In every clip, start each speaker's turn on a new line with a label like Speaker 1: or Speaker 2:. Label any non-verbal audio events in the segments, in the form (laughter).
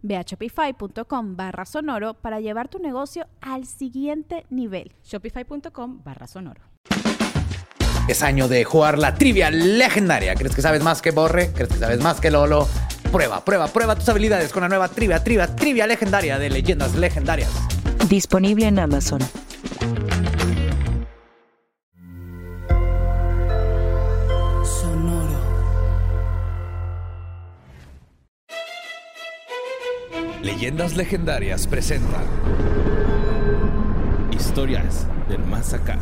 Speaker 1: Ve a shopify.com barra sonoro para llevar tu negocio al siguiente nivel.
Speaker 2: Shopify.com barra sonoro.
Speaker 3: Es año de jugar la trivia legendaria. ¿Crees que sabes más que Borre? ¿Crees que sabes más que Lolo? Prueba, prueba, prueba tus habilidades con la nueva trivia, trivia, trivia legendaria de leyendas legendarias.
Speaker 4: Disponible en Amazon.
Speaker 5: Leyendas Legendarias presenta Historias del Más Acá.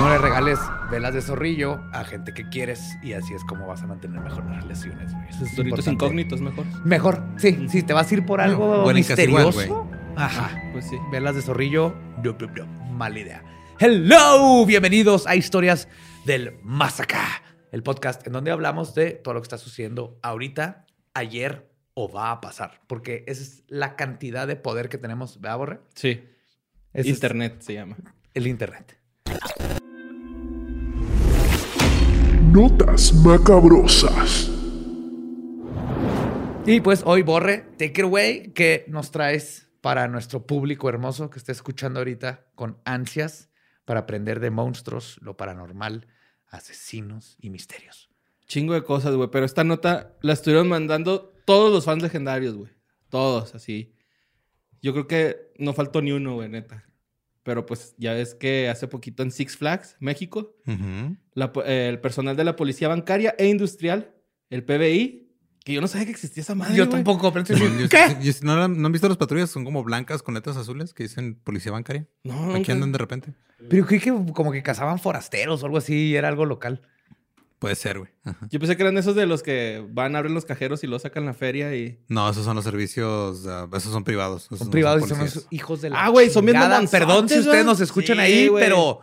Speaker 3: No le regales velas de zorrillo a gente que quieres y así es como vas a mantener mejor las relaciones. güey. Eso es
Speaker 6: Doritos
Speaker 3: importante.
Speaker 6: incógnitos Mm. mejor.
Speaker 3: Mejor, sí, sí, te vas a ir por algo
Speaker 6: Buena
Speaker 3: misterioso.
Speaker 6: Incasihuán, güey.
Speaker 3: Ajá.
Speaker 6: Pues sí.
Speaker 3: Velas de zorrillo, no, no, no, mala idea. Hello, bienvenidos a Historias del Más Acá, el podcast en donde hablamos de todo lo que está sucediendo ahorita, ayer o va a pasar, porque esa es la cantidad de poder que tenemos, ¿verdad, Borre?
Speaker 6: Sí.
Speaker 3: Ese es
Speaker 6: Internet se llama.
Speaker 3: el Internet.
Speaker 7: Notas macabrosas.
Speaker 3: Y pues hoy, Borre, take it away, que nos traes para nuestro público hermoso que está escuchando ahorita con ansias para aprender de monstruos, lo paranormal, asesinos y misterios.
Speaker 6: Chingo de cosas, güey. Pero esta nota la estuvieron mandando todos los fans legendarios, güey. Todos, así. Yo creo que no faltó ni uno, güey, neta. Pero pues ya ves que hace poquito en Six Flags, México, la po- eh, el personal de la Policía Bancaria e Industrial, el PBI, que yo no sabía que existía esa madre.
Speaker 3: Yo
Speaker 6: güey.
Speaker 3: tampoco, pero
Speaker 8: Sí, yo-
Speaker 3: ¿Qué?
Speaker 8: yo- ¿no, la- no han visto las patrullas? Son como blancas con letras azules que dicen policía bancaria.
Speaker 6: No,
Speaker 8: Aquí
Speaker 6: nunca.
Speaker 8: andan de repente.
Speaker 3: Pero creí que como que cazaban forasteros o algo así y era algo local.
Speaker 8: Pues Puede ser, güey. Ajá.
Speaker 6: Yo pensé que eran esos de los que van, abren los cajeros y lo sacan la feria y.
Speaker 8: No, esos son los servicios, ah, esos son privados. esos
Speaker 3: Son
Speaker 8: no
Speaker 3: privados y son
Speaker 8: policías.
Speaker 3: los hijos de la
Speaker 6: Ah, güey, son bien
Speaker 3: chingada.
Speaker 6: mamonzotes,
Speaker 3: Perdón si ustedes
Speaker 6: ¿verdad?
Speaker 3: nos escuchan
Speaker 6: Sí,
Speaker 3: ahí,
Speaker 6: güey.
Speaker 3: pero...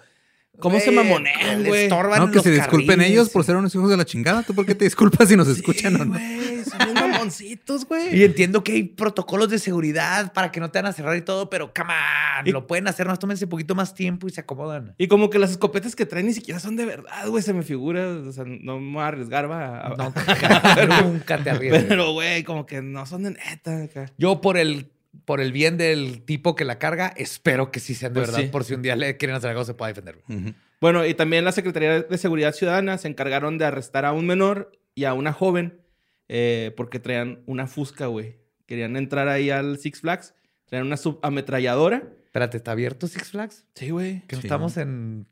Speaker 6: ¿Cómo se
Speaker 3: güey,
Speaker 6: mamonean,
Speaker 3: le
Speaker 6: güey?
Speaker 3: estorban
Speaker 8: No,
Speaker 3: en
Speaker 8: que
Speaker 3: los
Speaker 8: se disculpen
Speaker 3: carriles.
Speaker 8: ellos por ser unos hijos de la chingada. ¿Tú por qué te disculpas si nos escuchan o no?
Speaker 6: Güey, son bien mamoncitos, güey.
Speaker 3: Y entiendo que hay protocolos de seguridad para que no te van a cerrar y todo, pero come on,
Speaker 6: Y-
Speaker 3: lo pueden hacer, nos tómense un poquito más tiempo y se acomodan.
Speaker 6: Y como que las escopetas que traen ni siquiera son de verdad, güey. Se me figura. O sea, no me voy a arriesgar, va. (laughs) a-
Speaker 3: No, nunca, nunca te arriesgues.
Speaker 6: Ah, Pero, güey, como que no son de neta. acá.
Speaker 3: Yo por el por el bien del tipo que la carga, espero que sí sean de
Speaker 6: Pues
Speaker 3: verdad,
Speaker 6: sí.
Speaker 3: por si un día le quieren hacer algo se pueda defender. güey.
Speaker 8: Ujú.
Speaker 6: Bueno, y también la Secretaría de Seguridad Ciudadana se encargaron de arrestar a un menor y a una joven eh, porque traían una fusca, güey. Querían entrar ahí al Six Flags. Traían una subametralladora.
Speaker 3: Espérate, ¿está abierto Six Flags?
Speaker 6: Sí, güey.
Speaker 3: Que no
Speaker 8: Sí.
Speaker 3: estamos en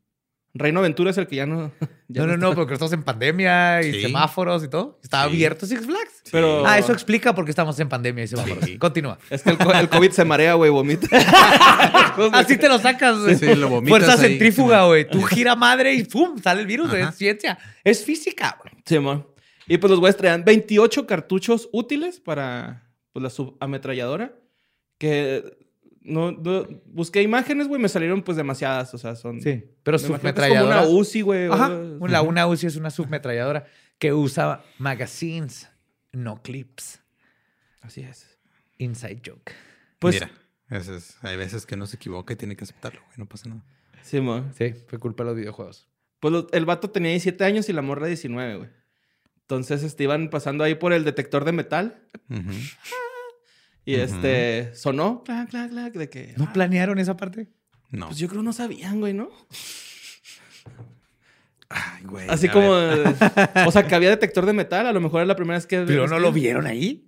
Speaker 6: Reino Ventura es el que ya no. (laughs) ya
Speaker 3: No, no,
Speaker 6: está.
Speaker 3: no, porque estamos en pandemia y
Speaker 8: Sí.
Speaker 3: semáforos y todo. Está
Speaker 8: Sí.
Speaker 3: abierto Six Flags.
Speaker 6: Pero.
Speaker 3: Ah, eso explica por qué estamos en pandemia y semáforos. Continúa.
Speaker 6: Es que el, co-
Speaker 3: (laughs)
Speaker 6: el COVID se marea, güey, vomita. (laughs)
Speaker 3: Así te lo sacas. güey.
Speaker 8: Sí, lo vomitas
Speaker 3: Fuerza
Speaker 8: ahí,
Speaker 3: centrífuga,
Speaker 8: Simón.
Speaker 3: güey. Tú gira madre y ¡pum! Sale el virus.
Speaker 8: Ajá.
Speaker 3: Es ciencia. Es física, güey.
Speaker 6: Sí, man. Y pues los güeyes traían 28 cartuchos útiles para pues, la subametralladora. Que no, no- busqué imágenes, güey, me salieron pues demasiadas. O sea, son.
Speaker 3: Sí. Pero
Speaker 6: Me imagino que es como
Speaker 3: submetralladora.
Speaker 6: una UCI, güey. o-
Speaker 3: Ajá. La una UCI es una submetralladora que usa magazines, no clips.
Speaker 6: Así es.
Speaker 3: Inside joke.
Speaker 6: Pues,
Speaker 8: Mira, ese es- hay veces que no se equivoca y tiene que aceptarlo, güey. No pasa nada.
Speaker 6: sí, man.
Speaker 3: Sí, fue culpa de los videojuegos.
Speaker 6: Pues lo- el vato tenía 17 años y la morra 19, güey. Entonces, este, iban pasando ahí por el detector de metal
Speaker 8: Ujú.
Speaker 6: y
Speaker 8: Ujú.
Speaker 6: este sonó, clac, clac, clac, de que. "Ah,
Speaker 3: ¿No planearon esa parte?
Speaker 8: No.
Speaker 6: Pues yo creo no sabían, güey, ¿no?
Speaker 8: Ay,
Speaker 3: Eh,
Speaker 8: güey,
Speaker 6: Así
Speaker 8: a
Speaker 6: como.
Speaker 8: ver.
Speaker 6: o sea, que había detector de metal, a lo mejor era la primera vez que.
Speaker 3: Pero no lo vieron ahí.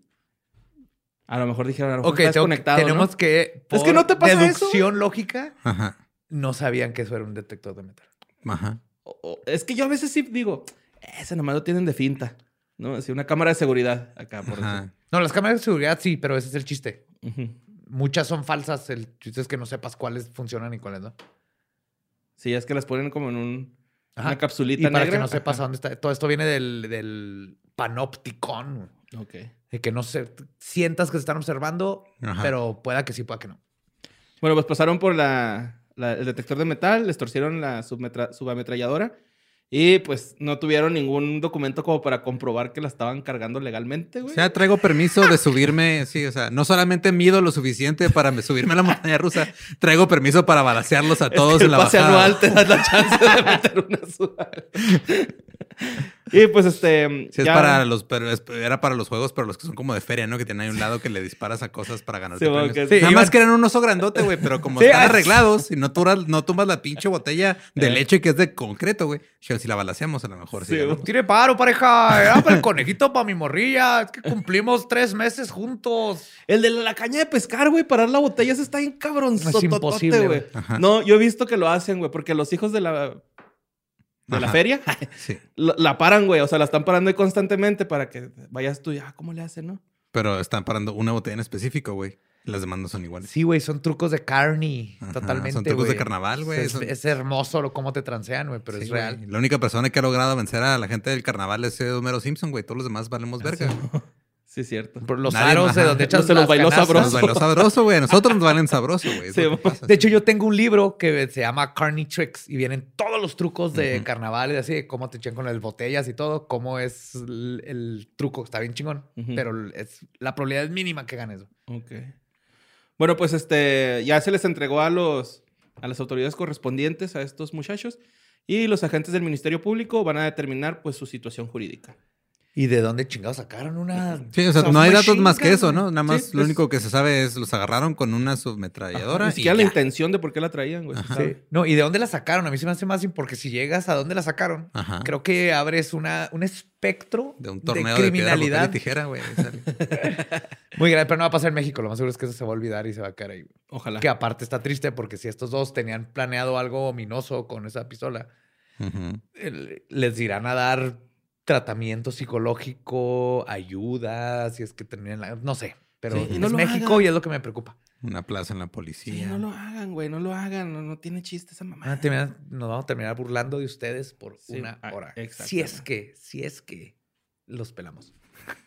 Speaker 6: A lo mejor dijeron, a lo mejor
Speaker 3: Ok,
Speaker 6: estás
Speaker 3: tengo-
Speaker 6: conectado, ¿no?
Speaker 3: tenemos que.
Speaker 6: Es
Speaker 3: por
Speaker 6: que no te pasa eso,
Speaker 3: Deducción lógica,
Speaker 8: Ajá.
Speaker 3: no sabían que eso era un detector de metal.
Speaker 8: Ajá.
Speaker 6: O- o- es que yo a veces sí digo, ese nomás lo tienen de finta, ¿no? Así una cámara de seguridad acá, por
Speaker 8: Ajá.
Speaker 3: No, las cámaras de seguridad sí, pero ese es el chiste.
Speaker 6: decir. Ujú.
Speaker 3: Muchas son falsas. El chiste es que no sepas cuáles funcionan y cuáles no.
Speaker 6: Sí, es que las ponen como en un,
Speaker 3: Ajá.
Speaker 6: una capsulita
Speaker 3: Y para
Speaker 6: negra.
Speaker 3: que no sepas a
Speaker 6: Ajá.
Speaker 3: dónde está. Todo esto viene del, del panopticon.
Speaker 6: Ok.
Speaker 3: De que no se, sientas que se están observando,
Speaker 8: Ajá.
Speaker 3: pero pueda que sí, pueda que no.
Speaker 6: Bueno, pues pasaron por la, la- el detector de metal, les torcieron la submetra- subametralladora y pues no tuvieron ningún documento como para comprobar que la estaban cargando legalmente,
Speaker 8: O
Speaker 6: güey.
Speaker 8: sea, traigo permiso de subirme, sí, o sea, no solamente mido lo suficiente para me- subirme a la montaña rusa, traigo permiso para balasearlos a todos
Speaker 6: el
Speaker 8: en la
Speaker 6: pase
Speaker 8: bajada.
Speaker 6: anual te das la chance de meter una suba. (laughs) y pues este...
Speaker 8: Sí, es
Speaker 6: ya-
Speaker 8: para los, pero es- era para los juegos, pero los que son como de feria, ¿no? Que tienen ahí un lado que le disparas a cosas para ganar
Speaker 6: Sí,
Speaker 8: premios.
Speaker 6: porque-
Speaker 8: Nada
Speaker 6: sí, iban-
Speaker 8: más que eran un oso grandote, güey, pero
Speaker 6: (laughs)
Speaker 8: como
Speaker 6: Sí,
Speaker 8: están
Speaker 6: ah,
Speaker 8: arreglados y no, turas- no tumbas la pinche botella de
Speaker 6: Eh.
Speaker 8: leche que es de concreto, güey. Yo, Si la balaseamos, a lo mejor sí.
Speaker 6: Sí,
Speaker 8: ganamos.
Speaker 3: Tiene paro, pareja. Era para el conejito, para mi morrilla. Es que cumplimos tres meses juntos.
Speaker 6: El de la caña de pescar, güey, parar la botella, eso está bien
Speaker 3: Es imposible,
Speaker 6: cabronzototote, güey.
Speaker 3: güey.
Speaker 8: Ajá.
Speaker 6: No, yo he visto que lo hacen, güey, porque los hijos de la... De la
Speaker 8: Ajá.
Speaker 6: feria, (laughs)
Speaker 8: Sí.
Speaker 6: la, la paran, güey. O sea, la están parando ahí constantemente para que vayas tú y, ah, ¿cómo le hacen, no?
Speaker 8: Pero están parando una botella en específico, güey. Las demandas son iguales.
Speaker 3: Sí, güey, son trucos de carny.
Speaker 8: Ajá,
Speaker 3: totalmente.
Speaker 8: son trucos de
Speaker 3: güey.
Speaker 8: carnaval, güey,
Speaker 3: Es,
Speaker 8: son-
Speaker 3: es hermoso lo, cómo te transean, güey, pero
Speaker 8: Sí,
Speaker 3: es
Speaker 8: güey.
Speaker 3: real.
Speaker 8: La única persona que ha logrado vencer a la gente del carnaval es eh, Homero Simpson, güey. Todos los demás valemos verga. güey.
Speaker 6: Ah, Sí, es cierto.
Speaker 3: Por los
Speaker 8: Nadie-
Speaker 3: aros de
Speaker 8: ajá.
Speaker 3: donde echas
Speaker 6: Se los
Speaker 3: las
Speaker 6: bailó
Speaker 3: canastas.
Speaker 8: Nos
Speaker 6: sabroso.
Speaker 8: bailó sabroso, güey. A nosotros nos valen sabroso,
Speaker 6: (laughs)
Speaker 8: güey. Es
Speaker 6: Sí,
Speaker 8: lo que
Speaker 6: güey.
Speaker 8: pasa.
Speaker 3: De hecho, yo tengo un libro que se llama Carney Tricks y vienen todos los trucos de carnavales, así de cómo te echan con las botellas y todo, cómo es el, el truco. Está bien chingón,
Speaker 6: Ujú.
Speaker 3: pero es, la probabilidad es mínima que ganes. güey.
Speaker 6: Ok. Bueno, pues este, ya se les entregó a los, a las autoridades correspondientes a estos muchachos y los agentes del Ministerio Público van a determinar, pues, su situación jurídica.
Speaker 3: ¿Y de dónde chingados sacaron una?
Speaker 8: Sí, o sea, no hay datos más que eso, ¿no? Nada
Speaker 6: Sí,
Speaker 8: más lo
Speaker 6: es-
Speaker 8: único que se sabe es los agarraron con una submetralladora.
Speaker 6: Ni
Speaker 8: y
Speaker 6: siquiera la
Speaker 8: ya.
Speaker 6: intención de por qué la traían, güey. se
Speaker 3: Sí.
Speaker 6: sabe.
Speaker 3: No, ¿y de dónde la sacaron? A mí se me hace más im- porque si llegas a dónde la sacaron,
Speaker 8: Ajá.
Speaker 3: creo que abres una, un espectro
Speaker 8: De un torneo de, piedra, papel y
Speaker 6: (laughs)
Speaker 8: tijera, güey. ahí sale.
Speaker 3: muy grande, pero no va a pasar en México. Lo más seguro es que eso se va a olvidar y se va a caer ahí. güey.
Speaker 6: Ojalá.
Speaker 3: Que aparte está triste porque si estos dos tenían planeado algo ominoso con esa pistola,
Speaker 8: Ujú.
Speaker 3: el- les irán a dar tratamiento psicológico, ayuda, si es que terminan la... No sé, pero
Speaker 6: Sí, y
Speaker 3: es
Speaker 6: no lo
Speaker 3: México
Speaker 6: hagan.
Speaker 3: y es lo que me preocupa.
Speaker 8: Una plaza en la
Speaker 6: Sí,
Speaker 8: policía.
Speaker 6: no lo hagan, güey. No lo hagan. No, no tiene chiste esa mamá.
Speaker 3: Van a terminar- nos vamos a terminar burlando de ustedes por
Speaker 6: Sí,
Speaker 3: una
Speaker 6: ah,
Speaker 3: hora. Si
Speaker 6: exactamente.
Speaker 3: es que, si es que los pelamos.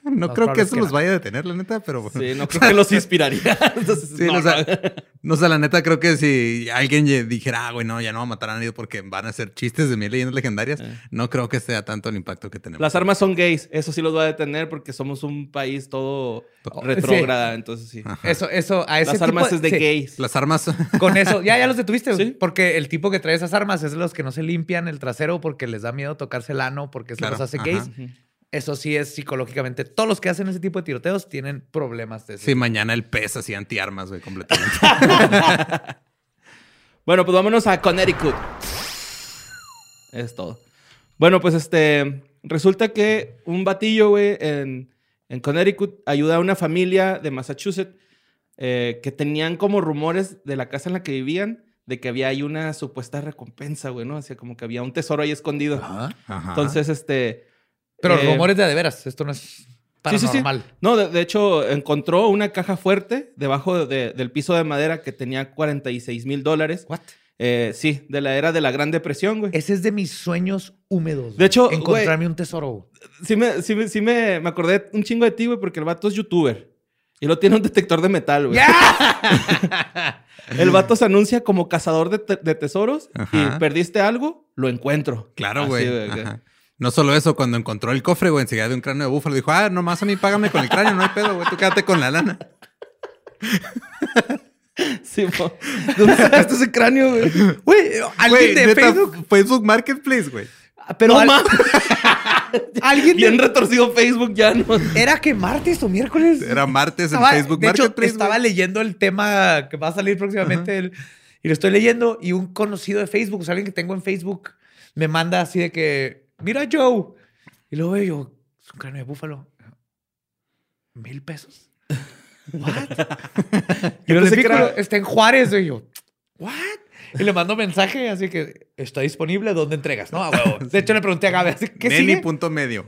Speaker 8: No
Speaker 3: Más
Speaker 8: creo
Speaker 3: probable
Speaker 8: que
Speaker 3: es
Speaker 8: eso
Speaker 3: que
Speaker 8: los
Speaker 3: no.
Speaker 8: vaya a detener, la neta, pero bueno. (laughs)
Speaker 6: Sí, no creo que los inspiraría. Entonces,
Speaker 8: Sí,
Speaker 6: no,
Speaker 8: o sea,
Speaker 6: no.
Speaker 8: No sé, la neta, creo que si alguien ye- dijera, ah, güey, no, ya no va a matar a nadie porque van a hacer chistes de mil leyendas legendarias,
Speaker 6: Eh.
Speaker 8: no creo que sea tanto el impacto que tenemos.
Speaker 6: Las armas son gays. Eso sí los va a detener porque somos un país todo
Speaker 8: To-
Speaker 6: retrógrada. Entonces, sí.
Speaker 8: Ajá.
Speaker 3: Eso, eso, a ese
Speaker 6: Las armas
Speaker 3: tipo
Speaker 6: es de
Speaker 3: sí,
Speaker 6: gays.
Speaker 8: Las armas.
Speaker 3: Con eso, ya, ya los detuviste, güey,
Speaker 6: Sí.
Speaker 3: porque el tipo que trae esas armas es los que no se limpian el trasero porque les da miedo tocarse el ano porque se
Speaker 8: Claro,
Speaker 3: los hace
Speaker 8: ajá.
Speaker 3: gays.
Speaker 6: Ujú.
Speaker 3: Eso sí es psicológicamente. Todos los que hacen ese tipo de tiroteos tienen problemas de eso.
Speaker 8: (laughs) Sí, mañana el pez así antiarmas, güey, completamente.
Speaker 6: Bueno, pues vámonos a Connecticut. Es todo. Bueno, pues este. Resulta que un batillo, güey, en, en Connecticut ayuda a una familia de Massachusetts eh, que tenían como rumores de la casa en la que vivían de que había ahí una supuesta recompensa, güey, ¿no? O sea, como que había un tesoro ahí escondido.
Speaker 8: Ajá.
Speaker 6: Entonces, este.
Speaker 3: Pero
Speaker 6: eh,
Speaker 3: rumores de a de veras. Esto no es
Speaker 6: Sí, sí, sí.
Speaker 3: paranormal.
Speaker 6: No, de, de hecho, encontró una caja fuerte debajo de- del piso de madera que tenía 46 mil dólares.
Speaker 3: What?
Speaker 6: Eh, sí, de la era de la Gran Depresión, güey.
Speaker 3: Ese es de mis sueños húmedos.
Speaker 6: De
Speaker 3: güey.
Speaker 6: hecho,
Speaker 3: encontrarme un tesoro.
Speaker 6: Sí, me, sí, me, sí me, me acordé un chingo de ti, güey, porque el vato es youtuber. Y lo tiene un detector de metal, güey. (laughs) El vato se anuncia como cazador de, te- de tesoros
Speaker 8: Ajá.
Speaker 6: y perdiste algo, lo encuentro.
Speaker 8: Claro,
Speaker 6: Así,
Speaker 8: güey.
Speaker 6: que-
Speaker 8: Ajá. No solo eso, cuando encontró el cofre, güey, enseguida de un cráneo de búfalo, dijo, ah, nomás a mí págame con el cráneo, no hay pedo, güey, tú quédate con la lana.
Speaker 6: Sí, mo. ¿Dónde sacaste ese cráneo, güey?
Speaker 3: Güey,
Speaker 8: Güey, neta, Facebook Marketplace, güey.
Speaker 3: Pero
Speaker 6: No
Speaker 3: al-
Speaker 6: mames.
Speaker 3: (laughs) alguien.
Speaker 6: Bien
Speaker 3: de- Eh.
Speaker 6: retorcido Facebook ya, ¿no?
Speaker 3: ¿Era que martes o miércoles?
Speaker 8: Era martes en
Speaker 3: Estaba-
Speaker 8: Facebook
Speaker 3: de hecho,
Speaker 8: Marketplace.
Speaker 3: estaba
Speaker 8: güey.
Speaker 3: leyendo el tema que va a salir próximamente el- y lo estoy leyendo y un conocido de Facebook, o sea, alguien que tengo en Facebook, me manda así de que, mira Joe. Y luego veo yo, es un cráneo de búfalo. Mil pesos. Yo
Speaker 8: (laughs)
Speaker 6: Pero
Speaker 3: pensé
Speaker 6: le
Speaker 3: que
Speaker 6: pico-
Speaker 3: era- está en Juárez, güey. Yo, ¿what? Y le mando mensaje, así que está disponible, ¿dónde entregas? No, a
Speaker 8: (laughs)
Speaker 3: huevo. De hecho, le pregunté a Gabe, así, ¿qué
Speaker 8: Neni
Speaker 3: sigue?
Speaker 8: punto medio.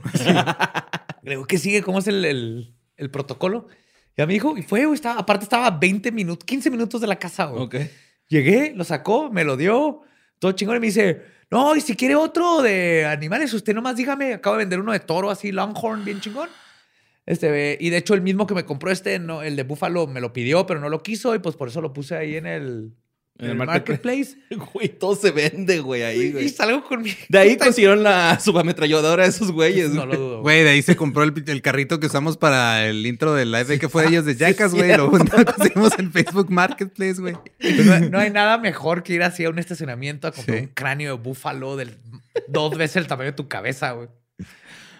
Speaker 3: Le digo, ¿qué sigue? ¿Cómo es el, el- el protocolo? Ya me dijo, y fue, güey, estaba, aparte estaba 20 minutos, 15 minutos de la casa, güey.
Speaker 6: Ok.
Speaker 3: Llegué, lo sacó, me lo dio, todo chingón, y me dice, no, y si quiere otro de animales, usted nomás dígame, acabo de vender uno de toro así, Longhorn, bien chingón. Este, eh, y de hecho el mismo que me compró este, no, el de búfalo, me lo pidió, pero no lo quiso, y pues por eso lo puse ahí en el, en el marketplace.
Speaker 6: Güey, todo se vende, güey, ahí,
Speaker 3: Y, y
Speaker 6: güey.
Speaker 3: salgo con mi...
Speaker 6: De ahí consiguieron la subametralladora de esos
Speaker 3: (laughs)
Speaker 6: güeyes.
Speaker 3: No lo
Speaker 6: güey.
Speaker 3: dudo.
Speaker 8: Güey, de ahí se compró el, el carrito que usamos para el intro del live de que fue de ellos de
Speaker 6: (laughs) sí es
Speaker 8: Jackass, güey. Lo lo conseguimos en Facebook Marketplace, güey.
Speaker 3: Pues No, no hay nada mejor que ir así a un estacionamiento a comprar
Speaker 8: Sí.
Speaker 3: un cráneo de búfalo del dos veces el tamaño de tu cabeza, güey.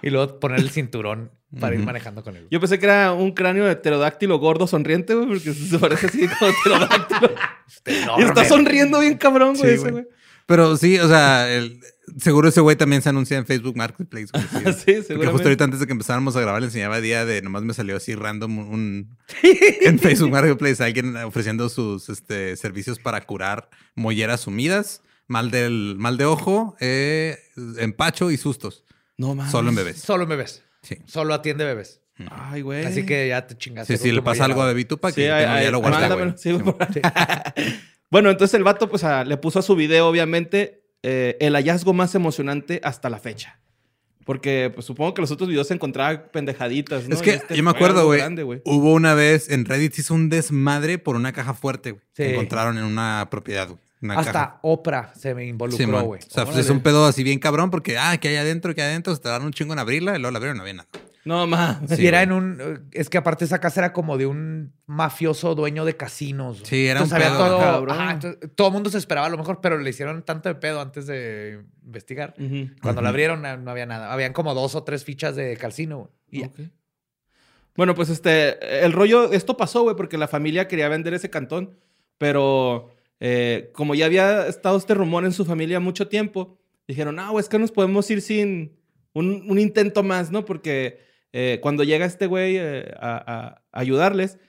Speaker 3: Y luego poner el cinturón para ir
Speaker 8: Ujú.
Speaker 3: manejando con él.
Speaker 6: Yo pensé que era un cráneo de pterodáctilo gordo sonriente, güey, porque se parece así como
Speaker 8: (laughs)
Speaker 6: pterodáctilo. y está sonriendo bien cabrón, güey,
Speaker 8: Sí,
Speaker 6: ese,
Speaker 8: güey.
Speaker 6: güey.
Speaker 8: Pero sí, o sea, el- seguro ese güey también se anuncia en Facebook Marketplace.
Speaker 6: (laughs)
Speaker 8: Güey,
Speaker 6: Sí,
Speaker 8: Porque
Speaker 6: seguramente.
Speaker 8: justo ahorita antes de que empezáramos a grabar le enseñaba día de nomás me salió así
Speaker 6: (laughs)
Speaker 8: random un en Facebook Marketplace alguien ofreciendo sus este, servicios para curar molleras sumidas, mal del mal de ojo, eh, empacho y sustos,
Speaker 6: No mames.
Speaker 8: solo en bebés.
Speaker 3: Solo en bebés.
Speaker 8: Sí.
Speaker 3: Solo atiende bebés.
Speaker 6: Ay, güey.
Speaker 3: Así que ya te chingaste.
Speaker 8: Eh. Sí, si le pasa algo a Bebitupa, que
Speaker 6: Sí,
Speaker 8: yo
Speaker 6: ay,
Speaker 8: tengo ya
Speaker 6: ay,
Speaker 8: lo guardé, güey.
Speaker 6: mándamelo. Sí,
Speaker 8: Sí,
Speaker 6: por- (laughs) bueno, entonces el vato pues, ah, le puso a su video, obviamente, eh, el hallazgo más emocionante hasta la fecha. Porque pues, supongo que los otros videos se encontraban pendejaditas. ¿no?
Speaker 8: es
Speaker 6: Y
Speaker 8: que
Speaker 6: este
Speaker 8: yo me
Speaker 6: fue
Speaker 8: acuerdo,
Speaker 6: algo
Speaker 8: güey.
Speaker 6: grande, güey.
Speaker 8: Hubo una vez en Reddit se hizo un desmadre por una caja fuerte, güey.
Speaker 3: Sí.
Speaker 8: Que encontraron en una propiedad, güey. Una caja.
Speaker 3: Hasta Oprah se me involucró,
Speaker 8: Simón.
Speaker 3: güey.
Speaker 8: o sea, pues, es un pedo así bien cabrón porque, ah, que hay adentro, que hay adentro, se tardaron un chingo en abrirla y luego la abrieron y no había nada.
Speaker 6: No
Speaker 8: (laughs)
Speaker 6: mames.
Speaker 8: Sí,
Speaker 3: y era
Speaker 8: güey.
Speaker 3: en un. Es que aparte esa casa era como de un mafioso dueño de casinos. güey.
Speaker 8: Sí, era un
Speaker 3: Entonces había
Speaker 8: pedo,
Speaker 3: todo.
Speaker 6: cabrón.
Speaker 3: ajá, entonces, todo el mundo se esperaba a lo mejor, pero le hicieron tanto de pedo antes de investigar.
Speaker 6: Ujú.
Speaker 3: Cuando la abrieron no no había nada. Habían como dos o tres fichas de calcino. güey. Y ya.
Speaker 6: Ok. Bueno, pues este, el rollo, esto pasó, güey, porque la familia quería vender ese cantón, pero eh, como ya había estado este rumor en su familia mucho tiempo, dijeron, no, es que nos podemos ir sin un, un intento más, ¿no? Porque eh, cuando llega este güey eh, a, a- a ayudarles,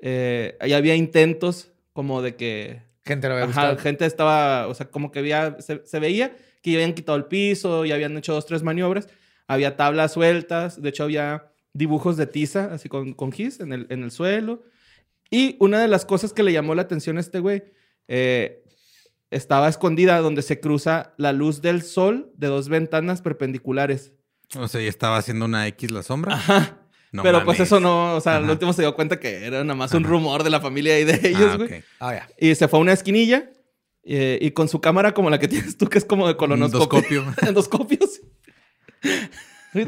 Speaker 6: eh, ahí había intentos como de que
Speaker 3: gente no había
Speaker 6: Ajá,
Speaker 3: gustado.
Speaker 6: gente estaba, o sea, como que había, se, se veía que ya habían quitado el piso, ya habían hecho dos, tres maniobras. Había tablas sueltas, de hecho había dibujos de tiza, así con, con gis en el, en el suelo. Y una de las cosas que le llamó la atención a este güey, eh, estaba escondida donde se cruza la luz del sol de dos ventanas
Speaker 8: (laughs)
Speaker 6: perpendiculares.
Speaker 8: O sea, y estaba haciendo una X la sombra.
Speaker 6: Ajá.
Speaker 8: No
Speaker 6: Pero
Speaker 8: mames.
Speaker 6: pues eso no, o sea, al
Speaker 8: Ajá.
Speaker 6: último se dio cuenta que era nada más un
Speaker 8: Ajá.
Speaker 6: rumor de la familia y de
Speaker 8: Ah,
Speaker 6: ellos, güey.
Speaker 8: ok.
Speaker 3: Ah, ya.
Speaker 6: Y se fue a una esquinilla eh, y con su cámara como la que (laughs) tienes tú, que es como de colonoscopio. (laughs)
Speaker 8: Endoscopio.
Speaker 6: Endoscopios.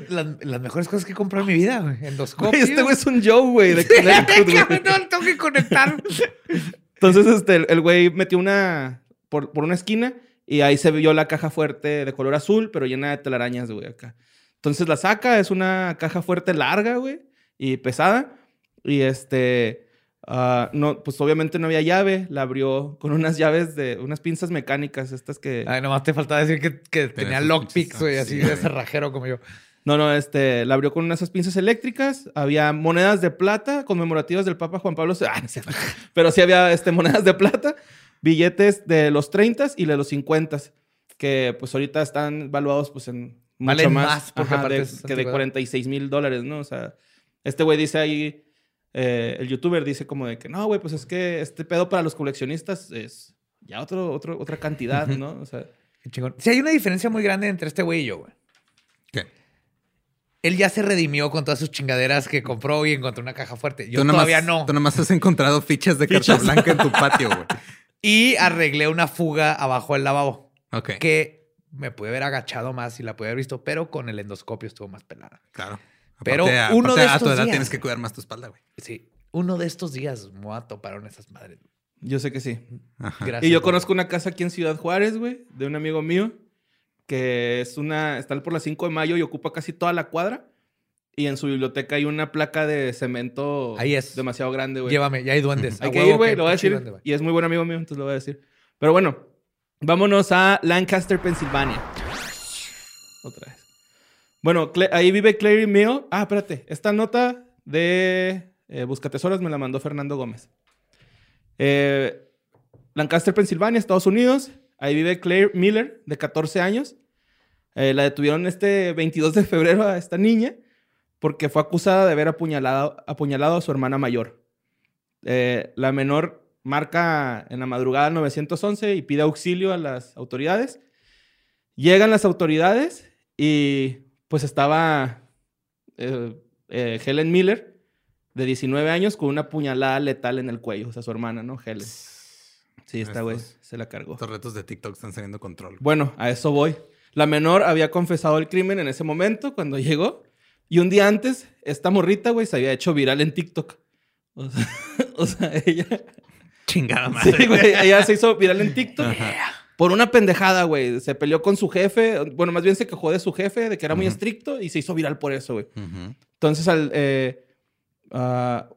Speaker 3: Las, las mejores cosas que he comprado en mi vida, güey. Endoscopio.
Speaker 6: Güey,
Speaker 3: (laughs)
Speaker 6: este güey es un Joe, güey. de Connecticut, güey.
Speaker 3: Cabrón, no, lo tengo que conectar.
Speaker 6: Entonces, este, el- el güey metió una por, por una esquina y ahí se vio la caja fuerte de color azul, pero llena de telarañas, güey, acá. Entonces la saca, es una caja fuerte larga, güey, y pesada. Y este, ah, no, pues obviamente no había llave, la abrió con unas llaves de, unas pinzas mecánicas, estas que...
Speaker 3: (laughs) Ay, nomás te faltaba decir que, que tenía
Speaker 8: sus
Speaker 3: lockpicks,
Speaker 8: pinches-
Speaker 3: güey,
Speaker 8: ah,
Speaker 3: así
Speaker 8: sí,
Speaker 3: de
Speaker 8: güey.
Speaker 3: cerrajero como yo.
Speaker 6: No, no, este, la abrió con unas pinzas eléctricas, había monedas de plata conmemorativas del Papa Juan Pablo II, ah, no es cierto. (laughs) pero sí había este, monedas de plata, billetes de los 30 y de los 50, que pues ahorita están valuados pues en mucho
Speaker 3: Valen
Speaker 6: más,
Speaker 3: más, porque
Speaker 6: ajá,
Speaker 3: aparte
Speaker 6: de-
Speaker 3: es
Speaker 6: que de
Speaker 3: antigüedad.
Speaker 6: 46 mil dólares, ¿no? O sea, este güey dice ahí, eh, el youtuber dice como de que, no, güey, pues es que este pedo para los coleccionistas es ya otro, otro, otra cantidad,
Speaker 8: Ujú.
Speaker 6: ¿no? O sea,
Speaker 3: Qué chingón. Sí, hay una diferencia muy grande entre este güey y yo, güey.
Speaker 8: ¿Qué?
Speaker 3: Él ya se redimió con todas sus chingaderas que compró y encontró una caja fuerte. Yo
Speaker 8: tú nomás,
Speaker 3: todavía no.
Speaker 8: Tú nomás has encontrado fichas de carta blanca en tu
Speaker 6: (laughs)
Speaker 8: patio, güey.
Speaker 3: Y arreglé una fuga abajo del lavabo
Speaker 8: Ok.
Speaker 3: que me pude haber agachado más y la pude haber visto, pero con el endoscopio estuvo más pelada.
Speaker 8: Claro.
Speaker 3: Pero
Speaker 8: Aparte,
Speaker 3: uno
Speaker 8: aparte,
Speaker 3: de
Speaker 8: a tu
Speaker 3: estos
Speaker 8: edad
Speaker 3: días.
Speaker 8: tienes que cuidar más tu espalda, güey.
Speaker 3: Sí. Uno de estos días me voy a topar con esas madres. güey.
Speaker 6: yo sé que sí.
Speaker 8: Ajá.
Speaker 3: Gracias.
Speaker 6: Y yo
Speaker 3: güey.
Speaker 6: conozco una casa aquí en Ciudad Juárez, güey, de un amigo mío, que es una, está por la 5 de mayo y ocupa casi toda la cuadra. Y en su biblioteca hay una placa de cemento
Speaker 3: Ahí es.
Speaker 6: demasiado grande, güey.
Speaker 3: Llévame, ya hay duendes.
Speaker 6: Hay
Speaker 3: A
Speaker 6: que
Speaker 3: huevo
Speaker 6: ir, güey, lo voy a
Speaker 3: pinche
Speaker 6: decir.
Speaker 3: duende, güey.
Speaker 6: y es muy buen amigo mío, entonces lo voy a decir. Pero bueno, vámonos a Lancaster, Pensilvania. Otra vez. Bueno, Cle- ahí vive Clary Mill. Ah, espérate. Esta nota de Eh, Busca Tesoros me la mandó Fernando Gómez. Eh, Lancaster, Pensilvania, Estados Unidos. Ahí vive Claire Miller, de 14 años. Eh, la detuvieron este 22 de febrero a esta niña porque fue acusada de haber apuñalado, apuñalado a su hermana mayor. Eh, la menor marca en la madrugada 911 y pide auxilio a las autoridades. Llegan las autoridades y pues estaba eh, eh, Helen Miller, de 19 años, con una puñalada letal en el cuello. O sea, su hermana, ¿no? Helen. Sí, esta güey
Speaker 8: Estos-
Speaker 6: se la cargó.
Speaker 8: Estos retos de TikTok están saliendo de control.
Speaker 6: Bueno, a eso voy. La menor había confesado el crimen en ese momento cuando llegó. Y un día antes, esta morrita, güey, se había hecho viral en TikTok. O sea, (laughs) o sea, ella.
Speaker 8: Chingada madre.
Speaker 6: Sí, güey, ella se hizo viral en TikTok.
Speaker 8: Ajá.
Speaker 6: Por una pendejada, güey. Se peleó con su jefe. Bueno, más bien se quejó de su jefe, de que era muy
Speaker 8: Ujú.
Speaker 6: estricto y se hizo viral por eso, güey.
Speaker 8: Ujú.
Speaker 6: Entonces, al, eh, ah,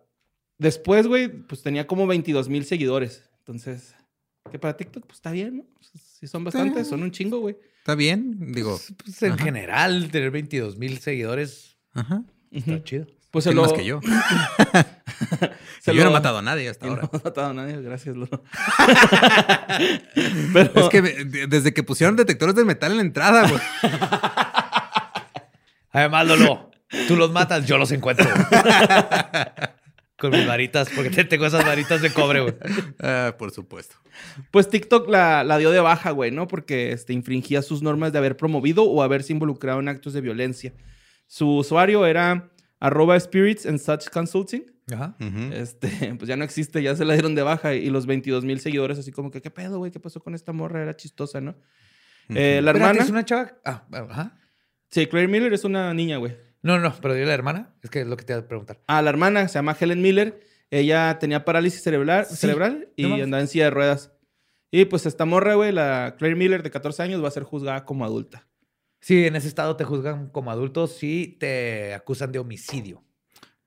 Speaker 6: después, güey, pues tenía como 22 mil seguidores. Entonces, que para TikTok, pues está bien, ¿no? Si son bastantes, son un chingo, güey.
Speaker 8: Está bien, digo.
Speaker 3: Pues, pues, en general, tener 22 mil seguidores
Speaker 8: Ajá.
Speaker 6: Ujú.
Speaker 3: está chido.
Speaker 6: Pues
Speaker 8: Tiene
Speaker 6: lo-
Speaker 8: más
Speaker 6: (laughs)
Speaker 8: que yo.
Speaker 6: se
Speaker 8: Se yo no
Speaker 6: lo-
Speaker 8: he matado a nadie
Speaker 6: (laughs)
Speaker 8: hasta
Speaker 6: Y
Speaker 8: ahora.
Speaker 6: No ha matado a nadie, gracias,
Speaker 8: (laughs)
Speaker 6: Lolo. Pero
Speaker 8: Es que me- de- desde que pusieron detectores de metal en la entrada, güey.
Speaker 3: Además, Lolo, tú los matas, yo los
Speaker 6: (laughs)
Speaker 3: encuentro. Con mis varitas, porque te- tengo esas varitas de cobre, güey.
Speaker 8: Ah, por supuesto.
Speaker 6: Pues TikTok la, la dio de baja, güey, ¿no? Porque este, infringía sus normas de haber promovido o haberse involucrado en actos de violencia. Su usuario era arroba spirits and such consulting.
Speaker 3: Ajá.
Speaker 8: Ujú.
Speaker 6: Este, (laughs) pues ya no existe, ya se la dieron de baja. Y los 22 mil seguidores así como que, ¿qué pedo, güey? ¿Qué pasó con esta morra? Era chistosa, ¿no? Eh, la
Speaker 3: Espérate,
Speaker 6: hermana...
Speaker 3: es una chava. Ah, bueno, ajá.
Speaker 6: Sí, Claire Miller es una niña, güey.
Speaker 3: No, no, pero dile la hermana. Es que es lo que te iba a preguntar.
Speaker 6: Ah, la hermana se llama Helen Miller. Ella tenía parálisis cerebral,
Speaker 3: Sí,
Speaker 6: cerebral y
Speaker 3: no mames.
Speaker 6: andaba en silla de ruedas. Y pues esta morra, güey, la Claire Miller de 14 años va a ser juzgada como adulta.
Speaker 3: Sí, en ese estado te juzgan como adulto si te acusan de homicidio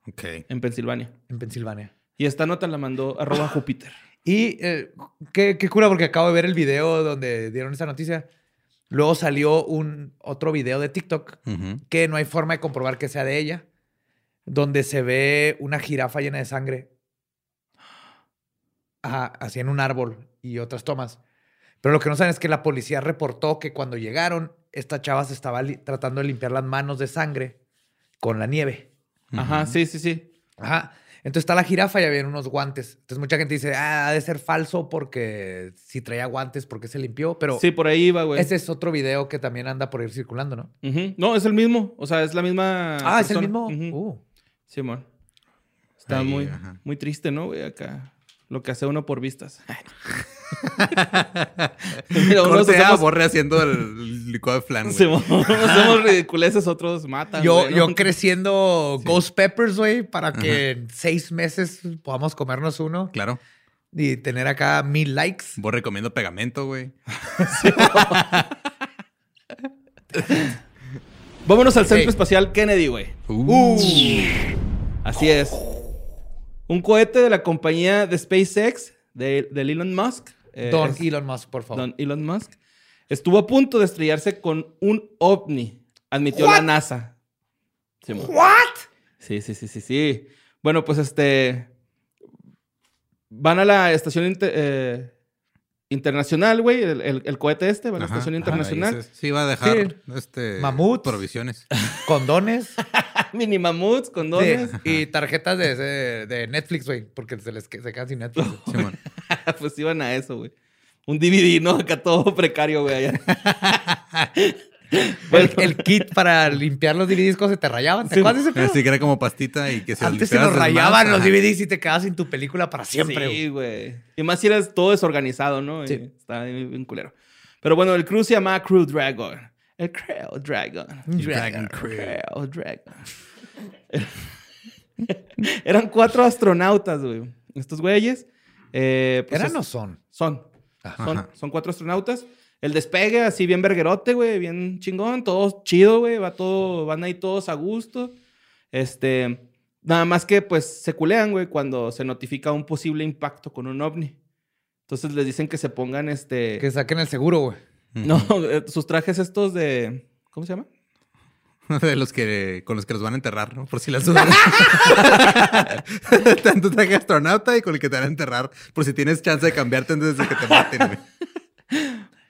Speaker 8: Ok.
Speaker 6: en Pensilvania.
Speaker 3: en Pensilvania.
Speaker 6: Y esta nota la mandó
Speaker 3: Ah.
Speaker 6: arroba Júpiter.
Speaker 3: Y eh, qué, qué cura, porque acabo de ver el video donde dieron esa noticia. Luego salió un otro video de TikTok
Speaker 8: Ujú.
Speaker 3: que no hay forma de comprobar que sea de ella, donde se ve una jirafa llena de sangre. Ajá, así en un árbol y otras tomas. Pero lo que no saben es que la policía reportó que cuando llegaron, esta chava se estaba li- tratando de limpiar las manos de sangre con la nieve.
Speaker 6: Ajá, sí, sí, sí.
Speaker 3: Ajá. Entonces está la jirafa y había unos guantes. Entonces mucha gente dice, ah, ha de ser falso porque si traía guantes, porque se limpió? Pero
Speaker 6: sí, pues. por ahí iba, güey.
Speaker 3: ese es otro video que también anda por ir circulando, ¿no?
Speaker 6: Ujú. No, es el mismo. O sea, es la misma.
Speaker 3: Ah, es el mismo.
Speaker 6: persona. Ujú.
Speaker 3: Uh.
Speaker 6: Simón. Está
Speaker 8: Ahí,
Speaker 6: muy,
Speaker 8: ajá.
Speaker 6: muy triste, ¿no, güey? Acá. Lo que hace uno por
Speaker 3: (laughs)
Speaker 6: vistas. (laughs) Mira, unos
Speaker 8: Corte a
Speaker 6: hacemos-
Speaker 8: Borre haciendo el licuado de flan, güey.
Speaker 6: Simón,
Speaker 8: (laughs)
Speaker 6: hacemos ridiculeces, otros matan.
Speaker 3: Yo,
Speaker 6: güey, ¿no?
Speaker 3: yo creciendo Ghost Peppers, güey, para que en seis meses podamos comernos uno
Speaker 8: Claro.
Speaker 3: y tener acá mil likes.
Speaker 8: Borre comiendo pegamento, güey.
Speaker 6: Vámonos al Centro
Speaker 3: Ey.
Speaker 6: Espacial Kennedy, güey. Así es. Un cohete de la compañía de SpaceX, de, del Elon Musk. eh,
Speaker 3: Don
Speaker 6: es-
Speaker 3: Elon Musk, por favor.
Speaker 6: Don Elon Musk. Estuvo a punto de estrellarse con un ovni, admitió la NASA. Simón. Sí, sí, sí, sí, sí. Bueno, pues este. Van a la estación inter- eh, internacional, güey. El, el- el cohete este, va a la
Speaker 8: Ajá,
Speaker 6: estación
Speaker 8: ajá,
Speaker 6: internacional.
Speaker 8: ahí se- Sí, va a dejar este
Speaker 3: Mamuts.
Speaker 8: provisiones.
Speaker 3: Condones
Speaker 6: Mini mamuts, (laughs) condones.
Speaker 3: de- y tarjetas de, de- de Netflix, güey, porque se les que- se quedan sin Netflix.
Speaker 6: (laughs)
Speaker 3: güey.
Speaker 8: Simón.
Speaker 6: pues iban a eso, güey. Un DVD, ¿no? Acá todo precario, güey. allá. Bueno,
Speaker 3: El, el kit para limpiar los DVDs cuando se te rayaban. ¿Te
Speaker 6: Sí,
Speaker 3: acuerdas de ese pedo?
Speaker 8: Así que era como pastita y que se
Speaker 3: Antes se
Speaker 8: limpiabas
Speaker 3: nos
Speaker 8: el más,
Speaker 3: rayaban los
Speaker 8: ajá.
Speaker 3: DVDs y te quedabas sin tu película para siempre. güey.
Speaker 6: Sí, güey. Y más si eras todo desorganizado, ¿no?
Speaker 3: Sí.
Speaker 6: Y Estaba bien bien culero. Pero bueno, el crew se llamaba Crew Dragon. El Crew Dragon.
Speaker 8: Dragon Crew.
Speaker 6: Crew Dragon. (laughs) Eran cuatro astronautas, güey. Estos güeyes. Eh, pues,
Speaker 3: ¿Eran
Speaker 6: es-
Speaker 3: o son?
Speaker 6: Son.
Speaker 3: Ajá.
Speaker 6: Son, son cuatro astronautas. El despegue, así bien verguerote, güey, bien chingón, todo chido, güey, va todo, van ahí todos a gusto. Este, nada más que pues se culean, güey, cuando se notifica un posible impacto con un ovni. Entonces les dicen que se pongan este (laughs) Pues eh,
Speaker 3: Que saquen el seguro, güey.
Speaker 6: no, sus trajes estos de ¿cómo se llama?
Speaker 8: (laughs) de los que con los que los van a enterrar, ¿no? Por si las dudas. (laughs) Tanto traje astronauta y con el que te van a enterrar, por si tienes chance de cambiarte antes de que te maten. güey.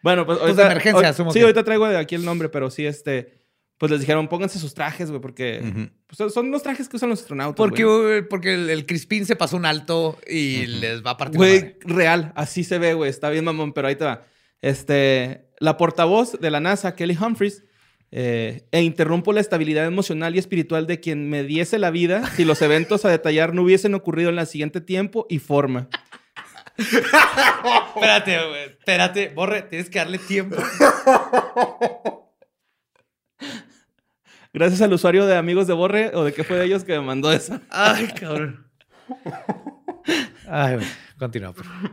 Speaker 6: Bueno, pues
Speaker 3: Pues, de
Speaker 6: ahorita.
Speaker 3: emergencia,
Speaker 6: ahor-
Speaker 3: asumo
Speaker 6: sí,
Speaker 3: que-
Speaker 6: ahorita traigo de aquí el nombre, pero sí, este. Pues les dijeron, pónganse sus trajes, güey, porque
Speaker 8: Ujú.
Speaker 6: pues, son los trajes que usan los astronautas.
Speaker 3: Porque,
Speaker 6: güey.
Speaker 3: uh, porque el, el Crispín se pasó un alto y les va a partir. la
Speaker 6: Güey,
Speaker 3: madre.
Speaker 6: real, así se ve, güey. Está bien, mamón, pero ahí te va. Este, la portavoz de la NASA, Kelly Humphries, eh, e interrumpo la estabilidad emocional y espiritual de quien me diese la vida si los eventos a detallar no hubiesen ocurrido en el siguiente tiempo y forma.
Speaker 3: Espérate, güey. Espérate, borre, tienes que darle
Speaker 6: (laughs)
Speaker 3: tiempo.
Speaker 6: Gracias al usuario de Amigos de Borre o de qué fue de ellos que me mandó esa.
Speaker 3: Ay, cabrón. Ay, güey. Continúa, por favor.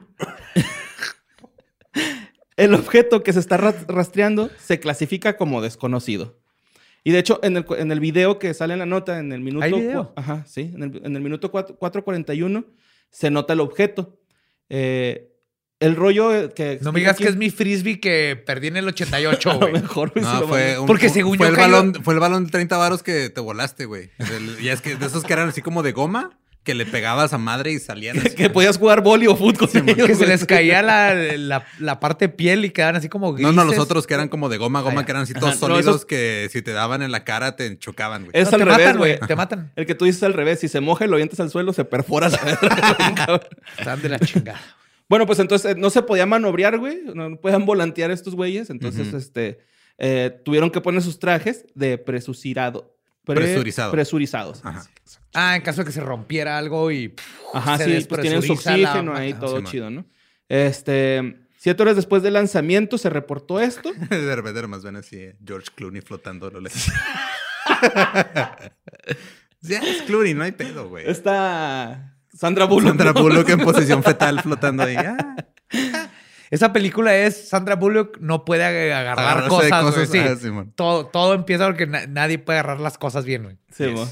Speaker 6: El objeto que se está ras- rastreando se clasifica como desconocido. Y de hecho, en el, cu- en el video que sale en la nota, en el minuto.
Speaker 3: ¿Hay
Speaker 6: cua-
Speaker 3: video?
Speaker 6: Ajá, sí. En el, en el minuto cuatro- 4.41 se nota el objeto. Eh, el rollo eh, que.
Speaker 3: No me digas
Speaker 6: explica aquí-
Speaker 3: que es mi frisbee que perdí en el 88,
Speaker 6: (laughs) A (laughs) lo
Speaker 3: güey.
Speaker 6: mejor, güey, si
Speaker 8: (laughs) No,
Speaker 6: lo
Speaker 8: fue
Speaker 6: mandé.
Speaker 8: un-
Speaker 3: Porque
Speaker 8: un-
Speaker 3: según
Speaker 8: fue
Speaker 3: yo
Speaker 8: el
Speaker 3: cayó-
Speaker 8: balón, fue el balón de 30 varos que te volaste, güey. El- Ya es que de esos que eran así como de goma, que le pegabas a madre y
Speaker 3: (laughs)
Speaker 8: salían. así.
Speaker 6: Que podías jugar boli o fútbol. con ellos,
Speaker 3: Que se
Speaker 6: güey.
Speaker 3: les caía la, la, la parte de piel y quedaban así como
Speaker 8: No, no, los
Speaker 3: grises.
Speaker 8: otros que eran como de goma,
Speaker 3: Ah,
Speaker 8: goma,
Speaker 3: ya.
Speaker 8: que eran así todos
Speaker 6: Ajá, no,
Speaker 8: sólidos
Speaker 6: esos-
Speaker 8: que si te daban en la cara te chocaban, güey.
Speaker 6: Es
Speaker 3: No,
Speaker 6: al
Speaker 3: te
Speaker 6: revés,
Speaker 3: matan,
Speaker 6: güey.
Speaker 3: Te matan.
Speaker 6: El que tú dices al revés, si se moja y lo avientas al suelo, se
Speaker 8: (laughs)
Speaker 6: perfora. (laughs) la verga, güey.
Speaker 3: Están de la chingada.
Speaker 6: Bueno, pues entonces eh, no se podía manobrear, güey. No, no podían volantear estos güeyes. Entonces,
Speaker 8: Ujú.
Speaker 6: este, eh, tuvieron que poner sus trajes de presucirado. pre-
Speaker 8: Presurizado.
Speaker 6: Presurizados.
Speaker 8: Ajá.
Speaker 3: Ah, en caso de que se rompiera algo y pff,
Speaker 6: Ajá,
Speaker 3: Se
Speaker 6: sí, pues tienen su
Speaker 3: despresuriza la
Speaker 6: oxígeno ahí,
Speaker 3: máquina,
Speaker 6: todo
Speaker 8: Simón.
Speaker 6: chido, ¿no? Este, siete horas después del lanzamiento se reportó
Speaker 8: (laughs)
Speaker 6: esto.
Speaker 8: De repente nomás ven así eh, George Clooney flotando a
Speaker 6: (laughs)
Speaker 8: lo lejos. Ya es Clooney, no hay pedo, güey.
Speaker 6: Esta Sandra Bullock.
Speaker 8: Sandra
Speaker 6: ¿no?
Speaker 8: Bullock en posición fetal flotando ahí. Ah,
Speaker 3: Esa película es Sandra Bullock no puede ag- agarrar
Speaker 8: agarrarse de
Speaker 3: cosas, güey, sí.
Speaker 8: Ah, Simón.
Speaker 3: todo, todo empieza porque na- nadie puede agarrar las cosas bien, güey.
Speaker 6: Sí, mo.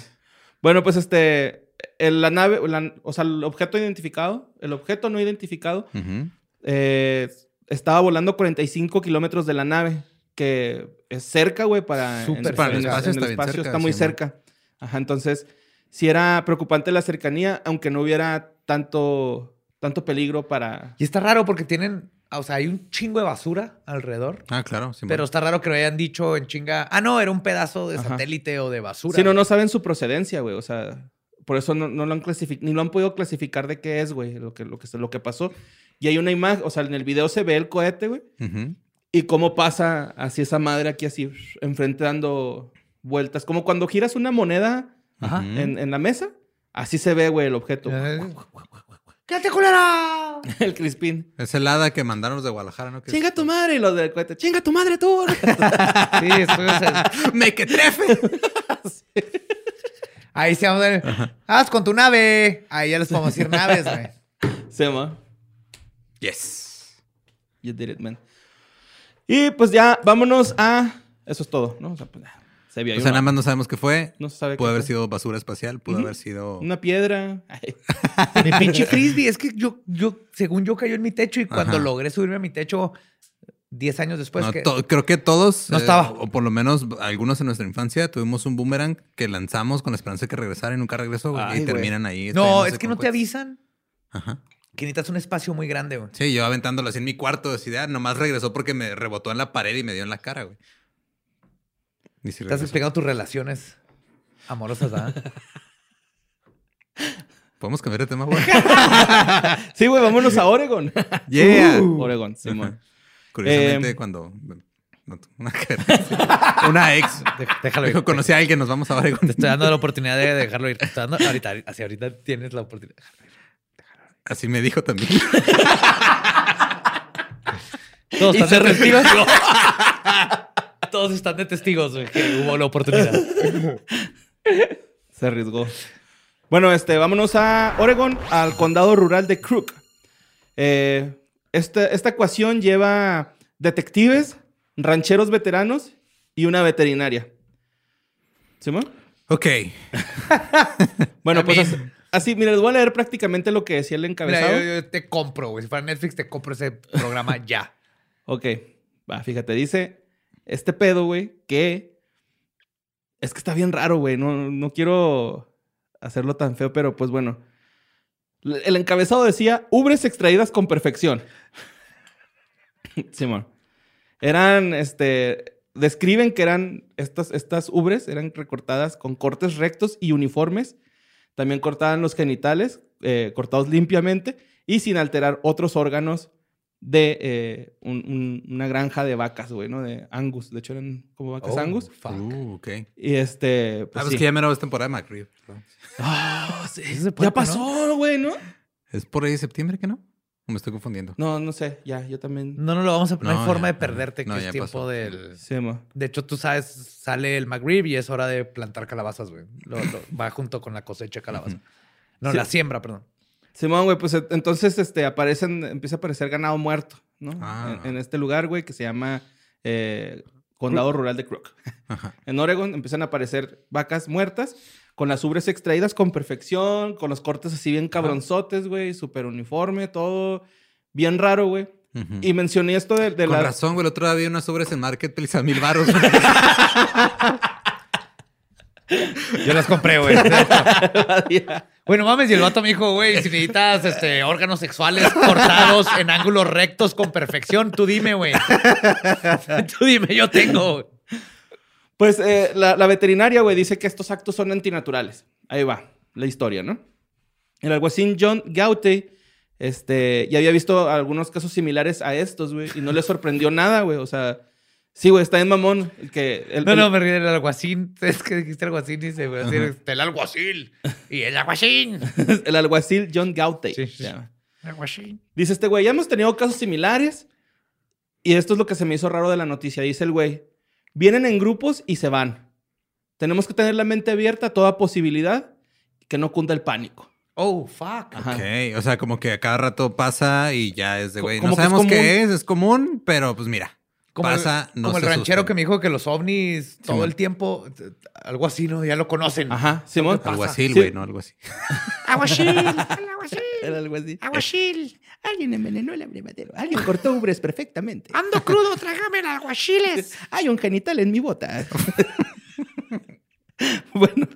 Speaker 6: Bueno, pues este, el- la nave, la- o sea, el objeto identificado, el objeto no identificado
Speaker 8: Ujú.
Speaker 6: eh, estaba volando 45 kilómetros de la nave, que es cerca, güey, para, en-
Speaker 3: Súper
Speaker 6: en-
Speaker 3: para el
Speaker 6: en-
Speaker 8: espacio
Speaker 6: en
Speaker 8: está bien cerca,
Speaker 6: está muy
Speaker 8: sí,
Speaker 6: cerca. Ajá, entonces, si era preocupante la cercanía, aunque no hubiera tanto, tanto peligro para...
Speaker 3: Y está raro porque tienen, o sea, hay un chingo de basura alrededor.
Speaker 8: Ah, claro, Simón.
Speaker 3: Pero está raro que lo hayan dicho en chinga. Ah, no, era un pedazo de
Speaker 6: Ajá.
Speaker 3: satélite o de basura.
Speaker 6: Si no,
Speaker 3: güey.
Speaker 6: no saben su procedencia, güey, o sea... Por eso no, no lo han clasificado, ni lo han podido clasificar de qué es, güey, lo que, lo, que, lo que pasó. Y hay una imagen, o sea, en el video se ve el cohete, güey,
Speaker 8: Ujú.
Speaker 6: Y cómo pasa así esa madre aquí así, enfrentando vueltas. Como cuando giras una moneda
Speaker 3: Ajá.
Speaker 8: Ujú.
Speaker 6: en, en la mesa, así se ve, güey, el objeto.
Speaker 8: Ah.
Speaker 3: Eh, ¡Quédate, culera!
Speaker 6: (laughs) el crispín.
Speaker 8: Es el hada que mandaron los de Guadalajara, ¿no? Que
Speaker 6: Chinga tu madre y los del cohete. Chinga tu madre tú. (laughs)
Speaker 3: Sí, eso es el-
Speaker 8: (laughs) ¡Me que trefe!
Speaker 3: Ahí se vamos a ver. Haz con tu nave. Ahí ya les podemos decir naves, güey.
Speaker 6: se va.
Speaker 8: yes.
Speaker 6: You did it, man. Y pues ya, vámonos a... Eso es todo, ¿no? O sea, pues, ya, se vio. ahí
Speaker 8: O sea,
Speaker 6: una-
Speaker 8: nada más no sabemos qué fue.
Speaker 6: No se sabe
Speaker 8: Pudo
Speaker 6: qué
Speaker 8: haber
Speaker 6: fue.
Speaker 8: sido basura espacial, pudo haber sido.
Speaker 6: Una
Speaker 8: (laughs)
Speaker 6: piedra. Ay,
Speaker 3: Mi (laughs) pinche frisbee. Es que yo, yo, según yo, cayó en mi techo y cuando
Speaker 8: Ajá.
Speaker 3: logré subirme a mi techo 10 años después.
Speaker 8: No,
Speaker 3: Pues que-
Speaker 8: to- creo que todos, eh,
Speaker 3: No estaba.
Speaker 8: o por lo menos algunos en nuestra infancia, tuvimos un boomerang que lanzamos con la esperanza de que regresara y nunca regresó güey,
Speaker 6: Ay,
Speaker 8: y
Speaker 6: güey.
Speaker 8: terminan ahí.
Speaker 3: no,
Speaker 8: esperándose
Speaker 3: es que
Speaker 8: con
Speaker 3: no te
Speaker 8: cohetes.
Speaker 3: avisan
Speaker 8: Ajá.
Speaker 3: que necesitas un espacio muy grande, güey.
Speaker 8: Sí, yo aventándolo así en mi cuarto, así de, ah, nomás regresó porque me rebotó en la pared y me dio en la cara, güey. Y sí
Speaker 3: Estás
Speaker 8: regresó.
Speaker 3: explicando tus relaciones amorosas,
Speaker 8: (laughs)
Speaker 3: ¿verdad?
Speaker 8: ¿Podemos cambiar de
Speaker 3: (laughs)
Speaker 8: tema, güey?
Speaker 6: Sí, güey, vámonos a Oregon.
Speaker 8: yeah.
Speaker 3: Uh.
Speaker 6: Oregon, Simón.
Speaker 8: Ajá. Curiosamente,
Speaker 6: Em,
Speaker 8: cuando... no, una, cara- (laughs) una ex.
Speaker 3: Dej- Déjalo ir.
Speaker 8: Dijo, conocí a alguien, nos vamos ahora.
Speaker 3: Te estoy dando la oportunidad de dejarlo ir. Te estoy dando ahorita, hacia ahorita tienes la oportunidad.
Speaker 8: Así me dijo
Speaker 3: (laughs)
Speaker 8: también.
Speaker 3: Todos
Speaker 6: Y
Speaker 3: están
Speaker 6: se
Speaker 3: de testigos. (laughs) Todos están de testigos, güey, que hubo la oportunidad.
Speaker 8: (laughs)
Speaker 6: Se arriesgó. Bueno, este, vámonos a Oregon, al condado rural de Crook. Eh, esta, esta ecuación lleva detectives, rancheros veteranos y una veterinaria. ¿Simón?
Speaker 8: Ok.
Speaker 6: Bueno,
Speaker 3: I
Speaker 6: pues
Speaker 3: mean-
Speaker 6: así, así, mira, les voy a leer prácticamente lo que decía el
Speaker 3: Mira,
Speaker 6: encabezado.
Speaker 3: yo, yo te compro, güey. Si fuera Netflix, te compro ese programa ya. (laughs)
Speaker 6: Ok, va, fíjate, dice este pedo, güey, que Es que está bien raro, güey. No, no quiero hacerlo tan feo, pero pues bueno. L- El encabezado decía, ubres extraídas con perfección. (laughs) Simón. Eran, este, describen que eran estas, estas ubres, eran recortadas con cortes rectos y uniformes. También cortaban los genitales, eh, cortados limpiamente y sin alterar otros órganos de eh, un- un- una granja de vacas, güey, ¿no? De Angus. De hecho, eran como vacas
Speaker 3: Oh,
Speaker 6: Angus.
Speaker 3: fuck.
Speaker 8: Uh, ok.
Speaker 6: Y este.
Speaker 8: Ah,
Speaker 6: Pues,
Speaker 8: pues
Speaker 6: sí.
Speaker 8: que ya mero es temporada de McRib.
Speaker 6: Ah, sí.
Speaker 3: Ese puerco,
Speaker 6: (gasps) Ya pasó, güey, ¿no?
Speaker 8: ¿Es por ahí de septiembre que no? ¿O me estoy confundiendo?
Speaker 6: No, no sé. Ya, yo también.
Speaker 3: No, no lo vamos a No hay
Speaker 8: No,
Speaker 3: forma de
Speaker 8: ya, no.
Speaker 3: perderte
Speaker 8: No,
Speaker 3: que es
Speaker 8: ya
Speaker 3: tiempo
Speaker 8: pasó.
Speaker 3: del.
Speaker 6: Sí, mo.
Speaker 3: De hecho, tú sabes, sale el McRib y es hora de plantar calabazas, güey. Lo- lo- va junto con la cosecha de calabaza. No,
Speaker 6: Sí.
Speaker 3: la siembra, perdón.
Speaker 6: Simón, güey, pues et- entonces este, aparecen, empieza a aparecer ganado muerto, ¿no?
Speaker 8: Ah.
Speaker 6: En, en este lugar, güey, que se llama eh, Condado Rural de Crook.
Speaker 8: Ajá.
Speaker 6: En Oregon empiezan a aparecer vacas muertas con las ubres extraídas con perfección, con los cortes así bien cabronzotes, güey, súper uniforme, todo bien raro, güey.
Speaker 8: Ujú.
Speaker 6: Y mencioné esto de, de
Speaker 8: Con
Speaker 6: la...
Speaker 8: razón, güey. El otro día había unas sobres en Marketplace a
Speaker 6: (laughs)
Speaker 8: mil baros. güey.
Speaker 3: Yo las compré,
Speaker 8: (laughs)
Speaker 3: güey. Bueno, mames, y el vato me dijo, güey, si necesitas este, órganos sexuales cortados en ángulos rectos con perfección, tú dime,
Speaker 8: (laughs)
Speaker 3: güey. tú dime, yo tengo. güey.
Speaker 6: Pues eh, la, la veterinaria, güey, dice que estos actos son antinaturales. Ahí va la historia, ¿no? El alguacil John Gauté, este, ya había visto algunos casos similares a estos, güey, y no le sorprendió nada, güey. O sea, sí, güey, está en mamón que... el-
Speaker 3: No,
Speaker 6: el-
Speaker 3: no, me ríe del alguacil. (laughs) Es que dijiste alguacil y se me hace el alguacil. Y el alguacil.
Speaker 6: el alguacil John Gauté.
Speaker 3: pues- Sí, sí,
Speaker 6: se
Speaker 3: sí.
Speaker 6: llama.
Speaker 3: Alguacil.
Speaker 6: Dice este güey, ya hemos tenido casos similares. Y esto es lo que se me hizo raro de la noticia. Dice el güey, vienen en grupos y se van. Tenemos que tener la mente abierta a toda posibilidad que no cunda el pánico.
Speaker 3: Oh, fuck.
Speaker 6: Ajá.
Speaker 8: ok. O sea, como que a cada rato pasa y ya es de, güey.
Speaker 6: Como
Speaker 8: No
Speaker 6: que es
Speaker 8: sabemos qué
Speaker 6: común.
Speaker 8: es, es común, pero pues mira. pasa,
Speaker 3: el,
Speaker 8: no
Speaker 3: como
Speaker 8: se
Speaker 3: el ranchero
Speaker 8: asusten.
Speaker 3: que me dijo que los ovnis todo
Speaker 8: Simón.
Speaker 3: el tiempo, t- t- algo así, ¿no? Ya lo conocen.
Speaker 6: Ajá, Simón.
Speaker 8: Algo así,
Speaker 6: Sí.
Speaker 8: güey, ¿no? Algo así.
Speaker 3: Alguacil, el alguacil,
Speaker 6: Era algo así. Ah.
Speaker 3: alguacil.
Speaker 6: Alguien envenenó el abremadero. Alguien cortó ubres perfectamente.
Speaker 3: Ando crudo, tráigame el
Speaker 6: (laughs)
Speaker 3: alguaciles.
Speaker 6: Hay un genital en mi bota. (laughs) bueno.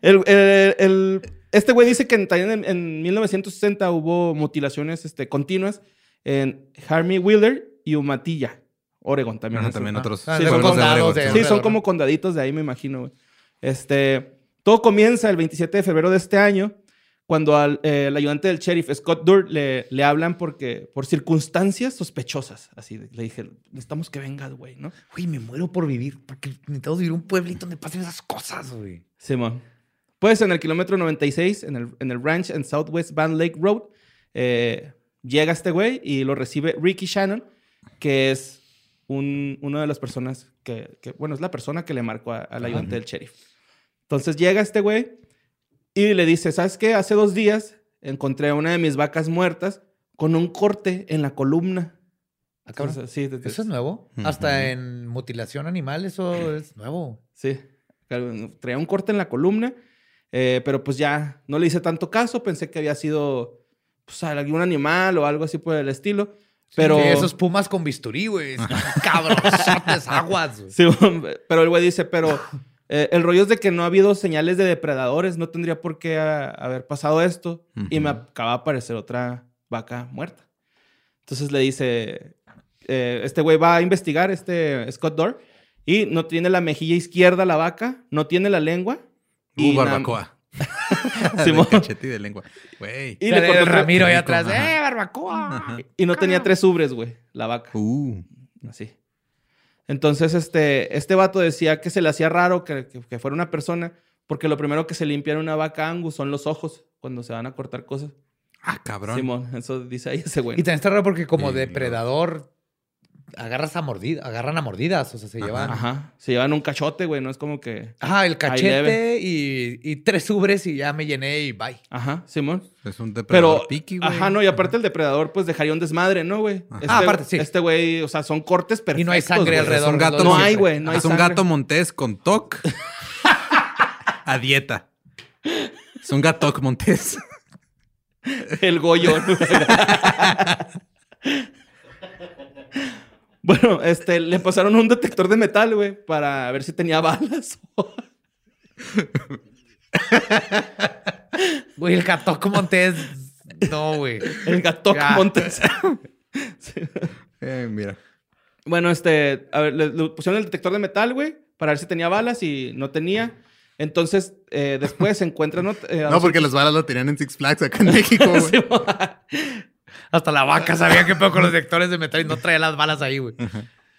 Speaker 6: El- el- el- este güey dice que en, también en, en 1960 hubo mutilaciones este, continuas en Harmy Wheeler y Umatilla, Oregon también.
Speaker 8: Ajá,
Speaker 6: Eso.
Speaker 8: también
Speaker 3: ah,
Speaker 8: otros.
Speaker 3: ah,
Speaker 6: de
Speaker 8: pueblos
Speaker 6: los
Speaker 3: condados de-
Speaker 8: Oregon,
Speaker 6: Sí,
Speaker 8: sí.
Speaker 6: son como condaditos de ahí, me imagino, güey. Este, todo comienza el 27 de febrero de este año, cuando al eh, el ayudante del sheriff, Scott Durr, le, le hablan porque, por circunstancias sospechosas. Así de- le dije, necesitamos que vengas, güey, ¿no?
Speaker 3: Güey, me muero por vivir, porque necesitamos vivir un pueblito donde pasen esas cosas, güey.
Speaker 6: Simón. Pues en el kilómetro 96, en el, en el ranch en Southwest Van Lake Road, eh, llega este güey y lo recibe Ricky Shannon, que es un, una de las personas que, que- bueno, es la persona que le marcó a- al ayudante del sheriff. Entonces llega este güey y le dice, ¿sabes qué? Hace dos días encontré a una de mis vacas muertas con un corte en la columna.
Speaker 3: Ah, cabrón.
Speaker 6: Entonces, sí, de- de-
Speaker 3: Eso es nuevo.
Speaker 8: Ujú.
Speaker 3: Hasta en mutilación animal, eso es nuevo.
Speaker 6: Sí, claro, traía un corte en la columna, eh, pero pues ya no le hice tanto caso, pensé que había sido pues, algún animal o algo así por el estilo, pero...
Speaker 3: Sí, esos pumas con bisturí, güey. Cabrosotes, aguas, güey.
Speaker 6: (laughs) Sí, pero el güey dice, pero eh, el rollo es de que no ha habido señales de depredadores, no tendría por qué ah, haber pasado esto, y me
Speaker 8: Ujú.
Speaker 6: acaba de aparecer otra vaca muerta. Entonces le dice, eh, este güey va a investigar, este Scott Dorr, y no tiene la mejilla izquierda la vaca, no tiene la lengua.
Speaker 8: Uh,
Speaker 6: y na- (laughs)
Speaker 8: barbacoa. (laughs)
Speaker 6: Simón.
Speaker 8: de cachete y de lengua. Güey.
Speaker 6: Y,
Speaker 3: Sale
Speaker 6: le cortó
Speaker 3: el
Speaker 6: tre-
Speaker 3: Ramiro ahí
Speaker 8: rico,
Speaker 3: atrás.
Speaker 8: ajá.
Speaker 3: ¡Eh, barbacoa!
Speaker 6: y no tenía tres ubres, güey, la vaca.
Speaker 8: Uh.
Speaker 6: Así. Entonces, este, este vato decía que se le hacía raro que, que- que fuera una persona, porque lo primero que se limpia en una vaca angus son los ojos cuando se van a cortar cosas.
Speaker 8: Ah, cabrón.
Speaker 6: Simón, eso dice ahí ese
Speaker 3: Y
Speaker 6: güey.
Speaker 3: también está raro porque como
Speaker 8: Sí,
Speaker 3: depredador agarras a mordida, agarran a mordidas, o sea, se
Speaker 8: Ajá.
Speaker 3: llevan. Ajá.
Speaker 6: Ajá. Se llevan un cachote, güey, no es como que.
Speaker 3: el cachete y, y tres ubres y ya me llené y bye.
Speaker 6: Ajá, Simón.
Speaker 8: Es un depredador
Speaker 6: Pero.
Speaker 8: piqui, güey.
Speaker 6: ajá, no, y aparte el depredador, pues dejaría un desmadre, ¿no, güey?
Speaker 8: Ajá.
Speaker 3: Ah, aparte, sí.
Speaker 6: Este güey, o sea, son cortes perfectos.
Speaker 3: Y no hay sangre
Speaker 6: güey.
Speaker 8: O sea, es
Speaker 3: alrededor.
Speaker 8: un
Speaker 3: de
Speaker 8: gato.
Speaker 3: los
Speaker 6: No
Speaker 3: siempre.
Speaker 6: hay, güey, no hay
Speaker 8: es un
Speaker 6: sangre.
Speaker 8: gato montés con toc. a dieta. Es un gato montés.
Speaker 6: El Goyo. Bueno, este, le pasaron un detector de metal, güey, para ver si tenía balas.
Speaker 3: Güey, el Gatoco Montes. No, güey.
Speaker 6: El gato
Speaker 3: Ya.
Speaker 6: Montes.
Speaker 8: Eh, mira.
Speaker 6: Bueno, este, a ver, le, le pusieron el detector de metal, güey, para ver si tenía balas y no tenía. Entonces, eh, después se encuentran... ¿no? Eh, a
Speaker 8: No,
Speaker 6: dos-
Speaker 8: porque las balas lo tenían en Six Flags acá en México, (laughs) güey.
Speaker 3: Hasta la vaca sabía que pedo con los detectores de metal y no traía las balas ahí, güey.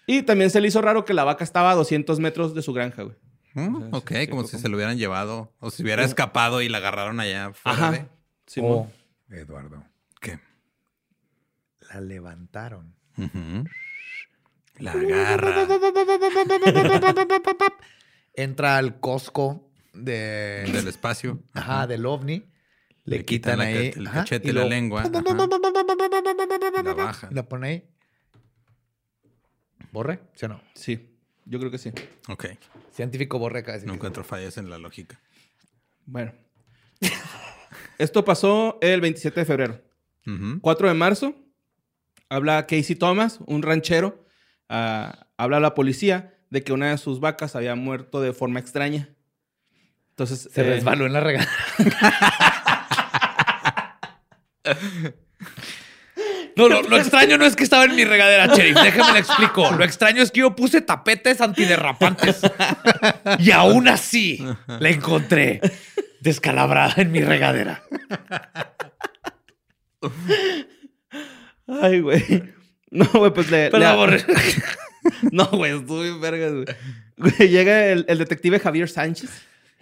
Speaker 6: Y también se le hizo raro que la vaca estaba a 200 metros de su granja, güey.
Speaker 8: Mm, ok,
Speaker 6: sí,
Speaker 8: como
Speaker 6: fue
Speaker 8: si
Speaker 6: como-
Speaker 8: se lo hubieran llevado o si hubiera escapado y la agarraron allá. fuera de-
Speaker 6: Ajá. Simón.
Speaker 3: Oh,
Speaker 8: Eduardo. ¿Qué?
Speaker 3: la levantaron.
Speaker 8: Ujú. La agarra.
Speaker 3: Entra al Costco de,
Speaker 8: eh, Del espacio.
Speaker 3: ajá, del ovni. Le, quitan,
Speaker 8: la
Speaker 3: ahí
Speaker 8: cach- el
Speaker 3: ajá,
Speaker 8: cachete,
Speaker 3: y
Speaker 8: la
Speaker 3: luego-
Speaker 8: lengua. ajá. La baja.
Speaker 3: La pone ahí. ¿Borre? ¿Sí o no?
Speaker 6: Sí, yo creo que sí.
Speaker 8: Ok.
Speaker 3: Científico borre acá.
Speaker 8: No encuentro fallas en la lógica.
Speaker 6: Bueno. Esto pasó el 27 de febrero.
Speaker 8: Ujú.
Speaker 6: 4 de marzo, habla Casey Thomas, un ranchero, ah, habla a la policía de que una de sus vacas había muerto de forma extraña. Entonces
Speaker 3: Se
Speaker 6: eh,
Speaker 3: resbaló en la
Speaker 8: (laughs)
Speaker 3: regadera. No, lo, lo extraño no es que estaba en mi regadera, Sheriff. Déjame le explico. Lo extraño es que yo puse tapetes antiderrapantes. Y aún así la encontré descalabrada en mi regadera.
Speaker 6: Ay, güey. (laughs) No, güey, pues le. le-
Speaker 3: Perdón, borre.
Speaker 6: (laughs) No, güey, estuve bien vergas, güey. Güey, Llega el, el detective Javier Sánchez.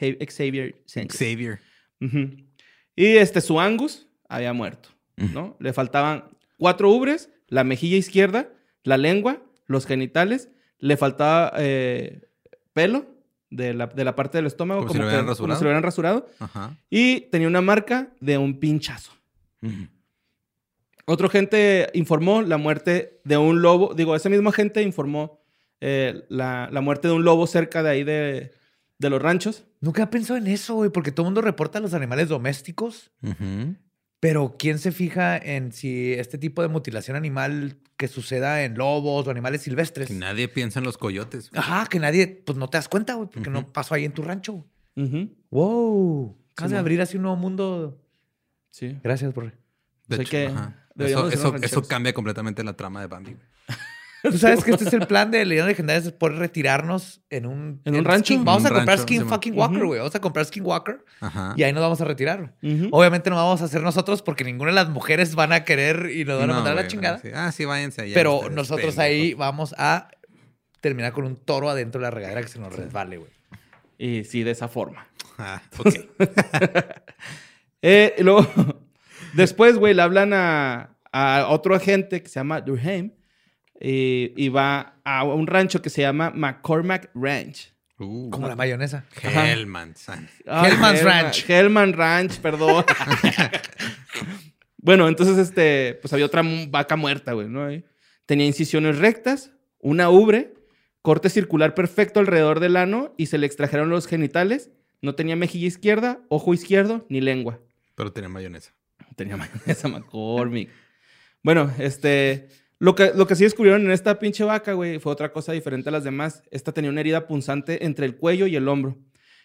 Speaker 6: Ja- Xavier Sánchez.
Speaker 8: Xavier.
Speaker 6: Ujú. Y este, su Angus había muerto, ¿no? Le faltaban cuatro ubres, la mejilla izquierda, la lengua, los genitales, le faltaba eh, pelo de la, de la parte del estómago,
Speaker 8: Como si lo hubieran rasurado.
Speaker 6: si lo hubieran rasurado,
Speaker 8: Ajá.
Speaker 6: y tenía una marca de un pinchazo.
Speaker 8: Ujú.
Speaker 6: Otro gente informó la muerte de un lobo. Digo, ese mismo gente informó eh, la, la muerte de un lobo cerca de ahí de, de los ranchos.
Speaker 3: (laughs) Nunca he pensado en eso, güey, porque todo el mundo reporta a los animales domésticos.
Speaker 8: Ujú.
Speaker 3: Pero ¿quién se fija en si este tipo de mutilación animal que suceda en lobos o animales silvestres?
Speaker 8: Que nadie piensa en los coyotes.
Speaker 3: Ajá, que nadie, pues no te das cuenta, güey, porque no pasó ahí en tu rancho. güey.
Speaker 6: Ujú.
Speaker 3: Wow. Acabas de
Speaker 6: Simón.
Speaker 3: abrir así un nuevo mundo.
Speaker 6: Sí.
Speaker 3: Gracias, por.
Speaker 8: De
Speaker 6: Pues hay
Speaker 8: hecho,
Speaker 6: que-
Speaker 8: ajá.
Speaker 6: deberíamos
Speaker 8: Eso,
Speaker 6: ser
Speaker 8: eso,
Speaker 6: unos
Speaker 8: eso
Speaker 6: rancheros.
Speaker 8: cambia completamente la trama de Bambi. güey.
Speaker 3: Tú sabes que este es el plan de Leyendas Legendarias es poder retirarnos en un...
Speaker 6: ¿En un rancho?
Speaker 3: Skin- Vamos
Speaker 8: En
Speaker 3: a
Speaker 8: un
Speaker 3: comprar
Speaker 8: rancho,
Speaker 3: Skin
Speaker 8: Simón. Ah.
Speaker 3: fucking Walker,
Speaker 6: Ujú.
Speaker 3: güey. Vamos a comprar Skin Walker
Speaker 8: Ajá.
Speaker 3: y ahí nos vamos a retirar.
Speaker 6: Ujú.
Speaker 3: Obviamente no vamos a hacer nosotros porque ninguna de las mujeres van a querer y nos van a
Speaker 8: No,
Speaker 3: mandar a la
Speaker 8: güey,
Speaker 3: chingada.
Speaker 8: sí. Ah, sí, váyanse allá.
Speaker 3: Pero
Speaker 8: ustedes,
Speaker 3: nosotros ahí vamos a terminar con un toro adentro de la regadera que se nos resbale, güey.
Speaker 6: Y sí, de esa forma.
Speaker 8: pendejos. (laughs)
Speaker 3: (laughs)
Speaker 8: Ah, ok.
Speaker 6: Eh, y luego, (laughs) después, güey, le hablan a, a otro agente que se llama Durham eh, y va a un rancho que se llama McCormack Ranch.
Speaker 8: Uh,
Speaker 3: Como la mayonesa.
Speaker 8: Hellman. san.
Speaker 6: Ay,
Speaker 3: Hellman's
Speaker 6: Hellman-
Speaker 3: Ranch.
Speaker 6: Hellman Ranch,
Speaker 3: (laughs)
Speaker 6: perdón. bueno, entonces, este, pues había otra mu- vaca muerta, güey, ¿no? Ahí. Tenía incisiones rectas, una ubre, corte circular perfecto alrededor del ano y se le extrajeron los genitales. No tenía mejilla izquierda, ojo izquierdo, ni lengua.
Speaker 8: Pero tenía mayonesa.
Speaker 6: Tenía (laughs) mayonesa McCormick. Bueno, este. Lo que, lo que sí descubrieron en esta pinche vaca, güey, fue otra cosa diferente a las demás. Esta tenía una herida punzante entre el cuello y el hombro.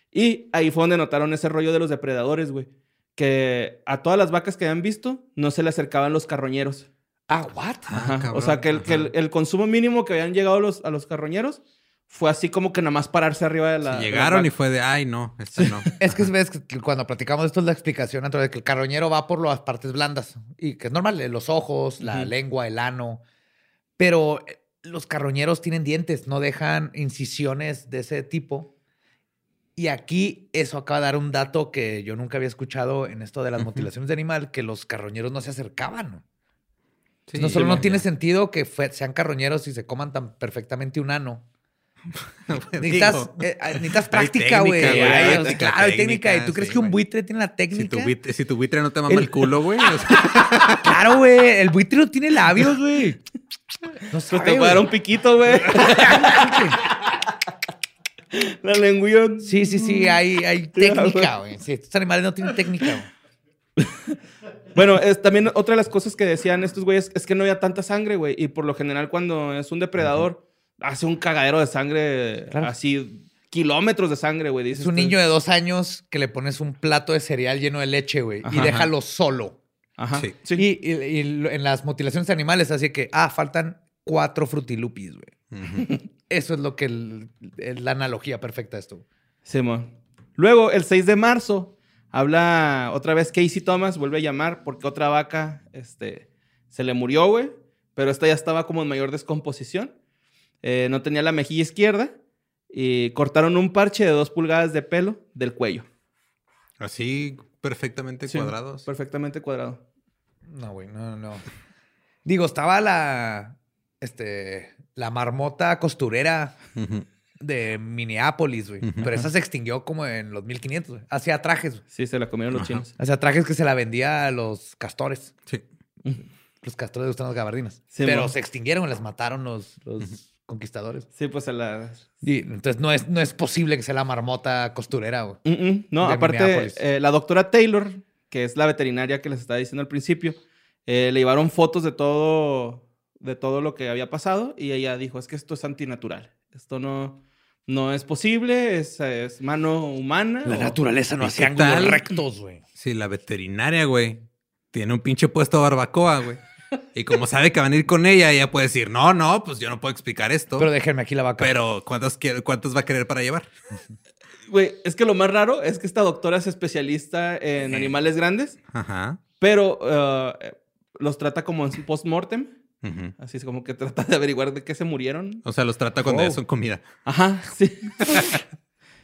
Speaker 6: Y ahí fue donde notaron ese rollo de los depredadores, güey. Que a todas las vacas que habían visto, no se le acercaban los carroñeros.
Speaker 3: Ah, what?
Speaker 6: Ajá.
Speaker 8: cabrón,
Speaker 6: o sea, que, el, que el,
Speaker 8: ajá.
Speaker 6: el consumo mínimo que habían llegado los, a los carroñeros fue así como que nada más pararse arriba de la. de las
Speaker 8: Llegaron y
Speaker 6: vacas.
Speaker 8: fue de, ay, no,
Speaker 3: (laughs)
Speaker 8: esta no.
Speaker 3: Es que ves que cuando platicamos esto es la explicación dentro de que el carroñero va por las partes blandas y que es normal, eh, los ojos, la
Speaker 6: Ujú.
Speaker 3: lengua, el ano, pero eh, los carroñeros tienen dientes, no dejan incisiones de ese tipo. Y aquí eso acaba de dar un dato que yo nunca había escuchado en esto de las mutilaciones de animal, que los carroñeros no se acercaban.
Speaker 8: Sí,
Speaker 3: no solo no
Speaker 8: ya.
Speaker 3: tiene sentido que fue- sean carroñeros y se coman tan perfectamente un ano, Necesitas,
Speaker 8: pues, (laughs) Digo,
Speaker 3: eh, ah, necesitas
Speaker 8: hay
Speaker 3: práctica, güey.
Speaker 8: técnica, güey,
Speaker 3: Ay,
Speaker 8: hay
Speaker 3: o sea,
Speaker 8: técnica,
Speaker 3: Claro, hay técnica. ¿Y
Speaker 8: técnica,
Speaker 3: tú crees
Speaker 8: sí,
Speaker 3: que un
Speaker 8: güey.
Speaker 3: buitre tiene la
Speaker 8: si tu,
Speaker 3: técnica?
Speaker 8: buitre, si tu buitre no te mama el,
Speaker 3: El-
Speaker 8: culo, güey.
Speaker 3: (laughs)
Speaker 8: o sea,
Speaker 3: Claro, güey. El buitre no tiene labios, güey. No
Speaker 6: Pues
Speaker 3: sabe,
Speaker 6: te
Speaker 3: güey.
Speaker 6: fue a dar un piquito,
Speaker 8: (laughs)
Speaker 6: güey. (laughs) la lengüillón.
Speaker 3: Sí, sí, sí. Hay, hay
Speaker 8: (laughs)
Speaker 6: Claro,
Speaker 3: técnica,
Speaker 6: güey.
Speaker 3: güey. Sí, estos animales no tienen técnica, güey.
Speaker 6: Bueno, es, también otra de las cosas que decían estos güeyes es que no había tanta sangre, güey. Y por lo general, cuando es un depredador, hace un cagadero de sangre,
Speaker 3: Claro.
Speaker 6: así, kilómetros de sangre, güey.
Speaker 3: Es
Speaker 6: Dices
Speaker 8: Este-
Speaker 3: un
Speaker 6: tú.
Speaker 3: niño de dos años que le pones un plato de cereal lleno de leche, güey, y
Speaker 6: Ajá,
Speaker 3: déjalo solo.
Speaker 6: Ajá.
Speaker 8: Sí.
Speaker 6: Sí.
Speaker 3: Y, y- y lo- en las mutilaciones de animales, así que, ah, faltan cuatro frutilupis, güey.
Speaker 8: Ujú.
Speaker 3: Eso es lo que el- es la analogía perfecta de esto.
Speaker 6: Simón. Luego, el 6 de marzo, habla otra vez Casey Thomas, vuelve a llamar porque otra vaca este, se le murió, güey. Pero esta ya estaba como en mayor descomposición. Eh, no tenía la mejilla izquierda. Y cortaron un parche de dos pulgadas de pelo del cuello.
Speaker 8: Así perfectamente
Speaker 6: Sí,
Speaker 8: cuadrados.
Speaker 6: Perfectamente cuadrado.
Speaker 3: No, güey, no, no, no. Digo, estaba la. Este. La marmota costurera
Speaker 8: Ujú.
Speaker 3: de Minneapolis, güey.
Speaker 8: Ujú.
Speaker 3: Pero esa se extinguió como en los 1500, güey. Hacía trajes, güey.
Speaker 6: Sí, se la comieron los
Speaker 8: Ajá.
Speaker 6: chinos.
Speaker 3: Hacía trajes que se la vendía a los castores.
Speaker 8: Sí.
Speaker 3: Los castores gustan las gabardinas.
Speaker 6: Sí,
Speaker 3: pero
Speaker 6: mo.
Speaker 3: se extinguieron, las mataron los, los conquistadores.
Speaker 6: Sí, pues se la...
Speaker 3: Y entonces no es, no es posible que sea la marmota costurera, güey.
Speaker 6: Mm, mm. No,
Speaker 3: De
Speaker 6: aparte,
Speaker 3: Minneapolis.
Speaker 6: eh, la doctora Taylor, que es la veterinaria que les estaba diciendo al principio, eh, le llevaron fotos de todo, de todo lo que había pasado y ella dijo, es que esto es antinatural. Esto no, no es posible, es, es mano humana.
Speaker 3: La
Speaker 6: o-
Speaker 3: naturaleza no
Speaker 8: ¿Y
Speaker 3: hace
Speaker 8: qué
Speaker 3: ángulos
Speaker 8: tal?
Speaker 3: rectos, güey.
Speaker 8: Sí, la veterinaria, güey, tiene un pinche puesto de barbacoa, güey. Y como sabe que van a ir con ella, ella puede decir, no, no, pues yo no puedo explicar esto.
Speaker 3: Pero
Speaker 8: Pero,
Speaker 3: déjenme aquí la vaca.
Speaker 8: ¿cuántas, quiere- ¿cuántas va a querer para llevar?
Speaker 6: Güey, es que lo más raro es que esta doctora es especialista en animales grandes,
Speaker 8: Ajá.
Speaker 6: pero eh, los trata como en post-mortem.
Speaker 8: Ujú.
Speaker 6: Así es como que trata de averiguar de qué se murieron.
Speaker 8: O sea, los trata cuando
Speaker 3: Oh.
Speaker 8: ya son comida.
Speaker 6: Ajá, sí.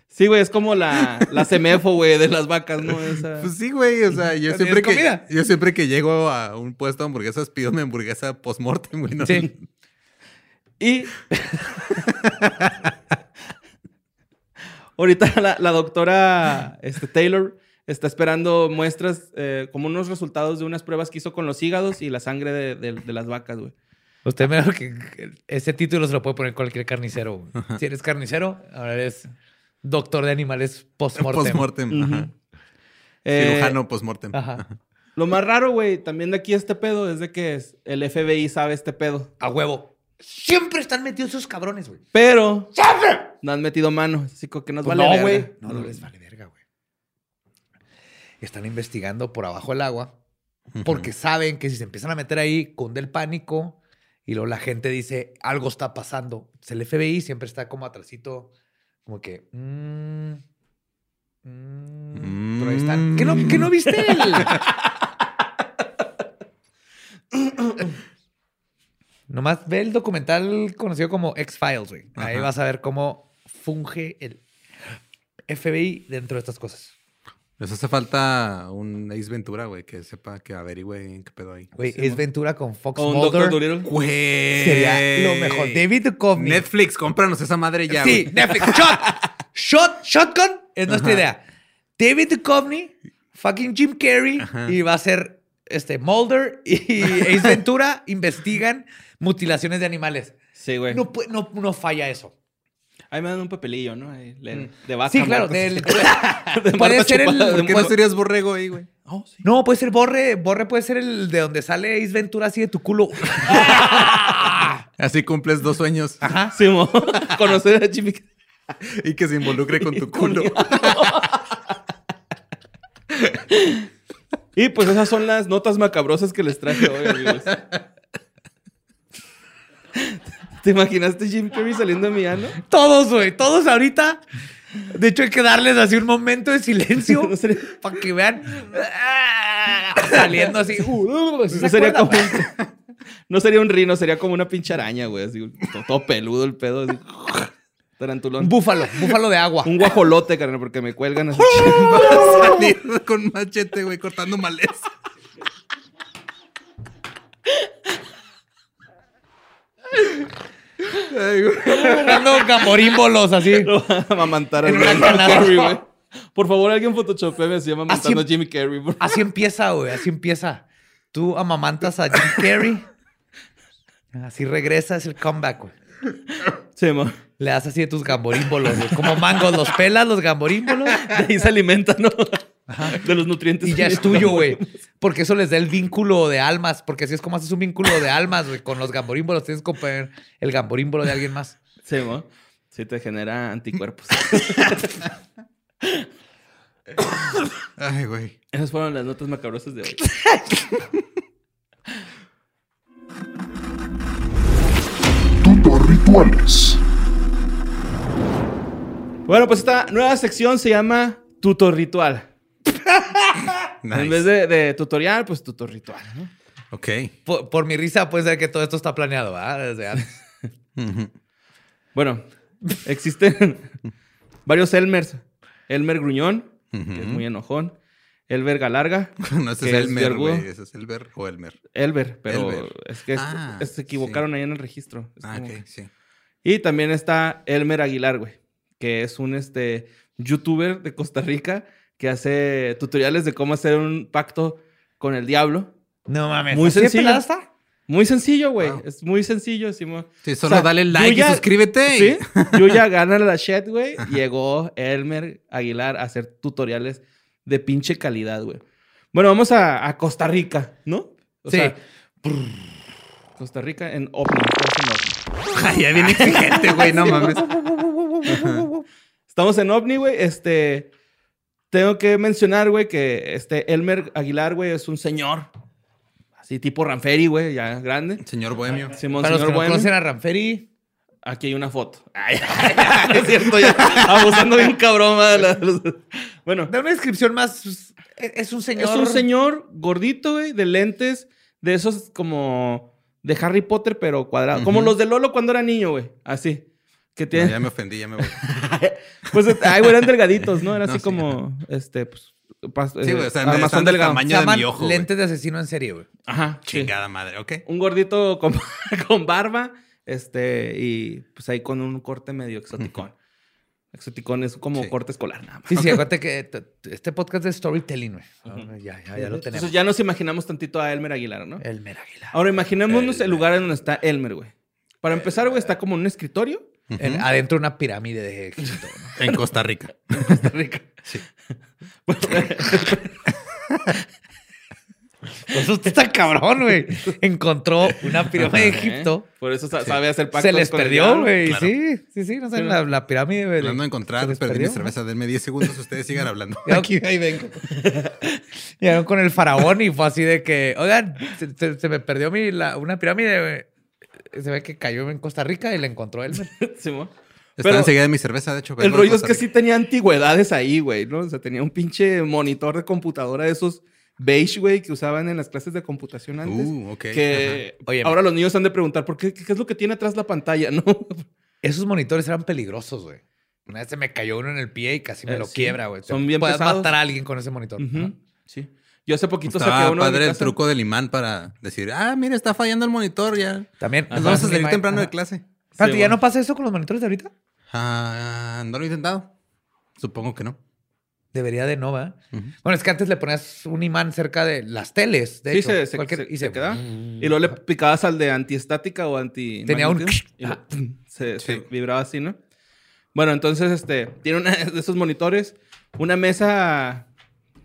Speaker 6: Sí, güey, es como la, la semefo, güey, de las vacas, ¿no? Esa-
Speaker 8: Pues sí, güey. O sea, yo
Speaker 3: Ni
Speaker 8: siempre
Speaker 3: es
Speaker 8: que
Speaker 3: comida.
Speaker 8: yo siempre que llego a un puesto de hamburguesas pido mi hamburguesa post-mortem, güey. ¿no?
Speaker 3: Sí.
Speaker 6: Y. Ahorita la, la doctora este, Taylor está esperando muestras, eh, como unos resultados de unas pruebas que hizo con los hígados y la sangre de, de- de las vacas, güey.
Speaker 3: Usted me dijo que que ese título se lo puede poner cualquier carnicero. güey. Si eres carnicero, ahora eres doctor de animales post-mortem.
Speaker 8: Post-mortem. ajá.
Speaker 6: Ujú. Eh,
Speaker 8: Cirujano post-mortem.
Speaker 3: Ajá.
Speaker 6: Lo más raro, güey, también de aquí este pedo es de que es- el FBI sabe este pedo.
Speaker 3: A huevo. Siempre están metidos esos cabrones, güey.
Speaker 6: Pero
Speaker 3: ¡Siempre!
Speaker 6: no han metido mano. Así como que nos
Speaker 3: Pues
Speaker 6: vale verga.
Speaker 3: no, güey. No, no les vale verga, güey. Están investigando por abajo el agua porque saben que si se empiezan a meter ahí, cunde el pánico y luego la gente dice, algo está pasando. Pues el FBI siempre está como atrasito, como que... mm, mm, Pero ahí están. ¿Qué no, qué no viste el...? Nomás ve el documental conocido como X-Files, güey. Ahí
Speaker 8: Ajá.
Speaker 3: vas a ver cómo funge el FBI dentro de estas cosas.
Speaker 8: Les hace falta un Ace Ventura, güey, que sepa que averigüe en qué pedo hay.
Speaker 3: Güey, es Ventura con Fox
Speaker 6: O un
Speaker 3: Mulder.
Speaker 6: Doctor Dolittle.
Speaker 8: Güey.
Speaker 3: Sería lo mejor. David Duchovny.
Speaker 8: Netflix, cómpranos esa madre ya.
Speaker 3: sí,
Speaker 8: güey.
Speaker 3: Netflix. Shot. Shot. Shotgun es nuestra
Speaker 8: Ajá.
Speaker 3: idea. David Duchovny, fucking Jim Carrey
Speaker 8: Ajá.
Speaker 3: y va a ser este Mulder y (laughs) Ace Ventura investigan mutilaciones de animales.
Speaker 6: Sí, güey.
Speaker 3: No, pu- no, no falla eso.
Speaker 6: Ahí me dan un papelillo, ¿no? Ahí le- de vaca.
Speaker 3: sí, claro.
Speaker 6: muerta.
Speaker 3: del-
Speaker 6: pues. De
Speaker 3: puede
Speaker 6: Marta
Speaker 3: ser el-
Speaker 6: Chupada, de
Speaker 8: (laughs) ¿Por qué no
Speaker 6: muerto.
Speaker 8: serías borrego ahí, güey?
Speaker 6: Oh, sí.
Speaker 3: no, puede ser Borre. Borre puede ser el de donde sale Ace Ventura así de tu culo.
Speaker 8: Así cumples dos sueños
Speaker 3: Ajá.
Speaker 6: (laughs) Sí, mo. (laughs) Conocer a Jimmy.
Speaker 8: y que se involucre
Speaker 3: (laughs)
Speaker 8: con tu culo.
Speaker 6: Y pues esas son las notas macabrosas que les traje hoy, amigos. (laughs) ¿Te imaginaste Jim Carrey saliendo de mi ano?
Speaker 3: Todos, güey. Todos ahorita. De hecho, hay que darles así un momento de silencio
Speaker 6: No sería,
Speaker 3: para que vean ah, saliendo así. Uh, ¿sí se
Speaker 6: no sería
Speaker 3: acuerdan,
Speaker 6: como
Speaker 3: güey?
Speaker 6: un, no sería un rino, sería como una pinche araña, güey. Así, todo, todo peludo el pedo. Así, tarantulón.
Speaker 3: un búfalo, búfalo de agua.
Speaker 6: Un guajolote, carnal, porque me cuelgan (laughs) así.
Speaker 8: Va a (laughs) salir con machete, güey, cortando maleza. Ay, güey.
Speaker 3: Dando gamorímbolos así.
Speaker 6: Lo van a amamantar a
Speaker 3: En una
Speaker 6: Jim
Speaker 3: canasta.
Speaker 6: Carrey, güey. Por favor, alguien photoshopeme así amamantando a Jimmy Carrey. por favor.
Speaker 3: Así empieza, güey. Así empieza. Tú amamantas a Jim Carrey. Así regresa, es el comeback, güey.
Speaker 6: Sí, mo.
Speaker 3: Le das así de tus gamborímbolos, güey. Como mangos, los pelas, los gamborímbolos.
Speaker 6: De ahí se alimenta, ¿no? de los nutrientes.
Speaker 3: Y ya
Speaker 6: que
Speaker 3: es tuyo, güey. Porque eso les da el vínculo de almas. Porque así es como haces un vínculo de almas, güey. Con los gamborímbolos tienes que poner el gamborímbolo de alguien más.
Speaker 6: Sí, ¿no? Sí, te genera anticuerpos.
Speaker 8: Ay, güey.
Speaker 6: Esas fueron las notas macabrosas de hoy.
Speaker 7: Tutor rituales.
Speaker 6: Bueno, pues esta nueva sección se llama Tutor Ritual.
Speaker 8: Nice.
Speaker 6: En vez de, de tutorial, pues tutor ritual. ¿no?
Speaker 8: Ok.
Speaker 3: Por, por mi risa puede ser que todo esto está planeado, ¿verdad? Desde antes.
Speaker 8: Ujú.
Speaker 6: Bueno, existen (laughs) varios Elmers. Elmer Gruñón, que es
Speaker 8: (laughs)
Speaker 6: muy enojón. Elber Galarga.
Speaker 8: No, ese
Speaker 6: que
Speaker 8: es Elmer,
Speaker 6: vergudo.
Speaker 8: güey. Ese es Elmer o Elmer.
Speaker 6: Elber, pero
Speaker 8: Elber.
Speaker 6: es que es-
Speaker 8: Ah,
Speaker 6: es- se equivocaron ahí en el registro. Es
Speaker 8: Ah,
Speaker 6: como
Speaker 8: ok,
Speaker 6: que-
Speaker 8: sí.
Speaker 6: Y también está Elmer Aguilar, güey, que es un este, youtuber de Costa Rica que hace tutoriales de cómo hacer un pacto con el diablo.
Speaker 3: No mames.
Speaker 6: Muy
Speaker 3: ¿Así de
Speaker 6: sencillo.
Speaker 3: pelada está?
Speaker 6: Muy sencillo, güey.
Speaker 8: Wow.
Speaker 6: Es muy sencillo, Simón.
Speaker 8: Sí,
Speaker 6: O
Speaker 8: solo
Speaker 6: sea,
Speaker 8: dale
Speaker 6: yo
Speaker 8: like
Speaker 6: ya-
Speaker 8: y suscríbete.
Speaker 6: Sí,
Speaker 3: (laughs)
Speaker 8: y-
Speaker 6: yo ya gana la chat, güey. Llegó Elmer Aguilar a hacer tutoriales de pinche calidad, güey. Bueno, vamos a, a Costa Rica, ¿no? O
Speaker 3: Sí.
Speaker 6: sea, Costa Rica en OVNI. estamos en OVNI.
Speaker 8: (laughs) Ay, ya
Speaker 3: (laughs)
Speaker 8: viene exigente, güey. No mames.
Speaker 6: Estamos en OVNI, güey. Este. Tengo que mencionar, güey, que este Elmer Aguilar, güey, es un señor. Así tipo Ranferi, güey, ya grande.
Speaker 8: Señor Bohemio.
Speaker 6: Simón,
Speaker 3: Para los que
Speaker 6: señor
Speaker 3: no
Speaker 6: bueno.
Speaker 3: conocen a Ranferi.
Speaker 6: Aquí hay una foto. Ay, (laughs) ay, ay, es cierto, ya. Abusando bien cabrón, madre, la- los- Bueno,
Speaker 3: Da una descripción más. Es es un señor.
Speaker 6: es un señor gordito, güey, de lentes, de esos como de Harry Potter, pero cuadrado. Como
Speaker 8: Ujú.
Speaker 6: los de Lolo cuando era niño, güey. Así. Que
Speaker 8: No,
Speaker 6: tiene.
Speaker 8: ya me ofendí, ya me
Speaker 6: (laughs)
Speaker 8: voy.
Speaker 6: Pues, ay, güey, eran delgaditos, ¿no? Era
Speaker 8: No,
Speaker 6: así
Speaker 8: sí,
Speaker 6: como, este, pues, pas-
Speaker 8: Sí, güey, o sea,
Speaker 6: eh,
Speaker 8: me-
Speaker 6: armazón
Speaker 8: están del
Speaker 6: delgado.
Speaker 8: tamaño
Speaker 3: Se
Speaker 8: de
Speaker 3: llaman
Speaker 8: mi ojo. güey.
Speaker 3: lentes de asesino en serie, güey.
Speaker 6: Ajá, sí.
Speaker 8: Chingada madre, ok.
Speaker 6: Un gordito con, (laughs) con barba, este, y pues ahí con un corte medio exoticón. Exoticón es como
Speaker 8: Sí.
Speaker 6: corte escolar, nada más. (laughs)
Speaker 3: Sí, sí, acuérdate que t- t- este podcast es storytelling, güey. Ahora Ya, ya, ya lo tenemos. Eh,
Speaker 6: Entonces ya nos imaginamos tantito a Elmer Aguilar, ¿no?
Speaker 3: El Mer Aguilar.
Speaker 6: Ahora imaginémonos el
Speaker 8: Elmer.
Speaker 6: lugar en donde está Elmer, güey. Para empezar, güey, está como en un escritorio.
Speaker 3: En- adentro una pirámide de Egipto, ¿no?
Speaker 8: En Costa Rica.
Speaker 6: Costa Rica.
Speaker 3: Pues, (laughs) Eso está cabrón, güey. Encontró una pirámide de Egipto.
Speaker 6: ¿Eh? Por eso sa- sabe hacer pactos.
Speaker 3: Se les
Speaker 6: con el
Speaker 3: perdió,
Speaker 6: diablo.
Speaker 3: güey.
Speaker 8: Claro.
Speaker 3: Sí, sí, sí. No sé, la, la pirámide, güey.
Speaker 8: Hablando de
Speaker 3: se
Speaker 8: encontrar,
Speaker 3: les
Speaker 8: perdí mi
Speaker 3: perdió.
Speaker 8: cerveza. Denme 10 segundos, ustedes sigan
Speaker 6: (laughs)
Speaker 8: hablando.
Speaker 3: Llegaron-
Speaker 8: (laughs)
Speaker 3: Llegaron con el faraón y fue así de que, oigan, se, se- se me perdió mi, la- una pirámide, güey. Se ve que cayó en Costa Rica y la encontró él.
Speaker 6: (laughs) Simón.
Speaker 8: Están
Speaker 6: Pero-
Speaker 8: enseguida de mi cerveza, de hecho.
Speaker 6: El
Speaker 8: vengo de
Speaker 6: rollo es
Speaker 8: Costa
Speaker 6: que
Speaker 8: Rica.
Speaker 6: sí tenía antigüedades ahí, güey, ¿no? O sea, tenía un pinche monitor de computadora de esos beige, güey, que usaban en las clases de computación antes.
Speaker 8: Uh, ok.
Speaker 6: Que
Speaker 3: ajá. Oye,
Speaker 6: ahora los niños han de preguntar, ¿por qué, qué es lo que tiene atrás la pantalla, no? (laughs)
Speaker 3: Esos monitores eran peligrosos, güey. Una vez se me cayó uno en el pie y casi me
Speaker 6: Eh,
Speaker 3: lo
Speaker 6: sí.
Speaker 3: quiebra, güey.
Speaker 6: Son bien
Speaker 3: Puedes
Speaker 6: pesados.
Speaker 3: matar a alguien con ese monitor. Ajá.
Speaker 6: Ujú, Pues Sí. Yo hace poquito saqué
Speaker 8: Pues Estaba
Speaker 6: uno de mi
Speaker 8: padre el
Speaker 6: casa.
Speaker 8: truco del imán para decir, ah, mira, está fallando el monitor ya.
Speaker 3: También.
Speaker 8: Nos vamos a salir temprano de
Speaker 3: Ajá.
Speaker 8: clase.
Speaker 3: Espérate,
Speaker 6: Sí,
Speaker 3: ¿ya
Speaker 6: bueno.
Speaker 3: no pasa eso con los monitores de ahorita?
Speaker 8: Ah, no lo he intentado. Supongo que no.
Speaker 3: Debería de no, ¿verdad?
Speaker 8: Ujú.
Speaker 3: Bueno, es que antes le ponías un imán cerca de las teles, de
Speaker 6: Sí,
Speaker 3: hecho.
Speaker 6: se, se-
Speaker 3: cualquier- Mm.
Speaker 6: se- se quedaba. Y luego le picabas al de antiestática o anti...
Speaker 3: Tenía un-
Speaker 6: magnetismo, y lo- se, se
Speaker 8: Sí.
Speaker 6: vibraba así, ¿no? Bueno, entonces, este... Tiene una (laughs) de esos monitores. Una mesa...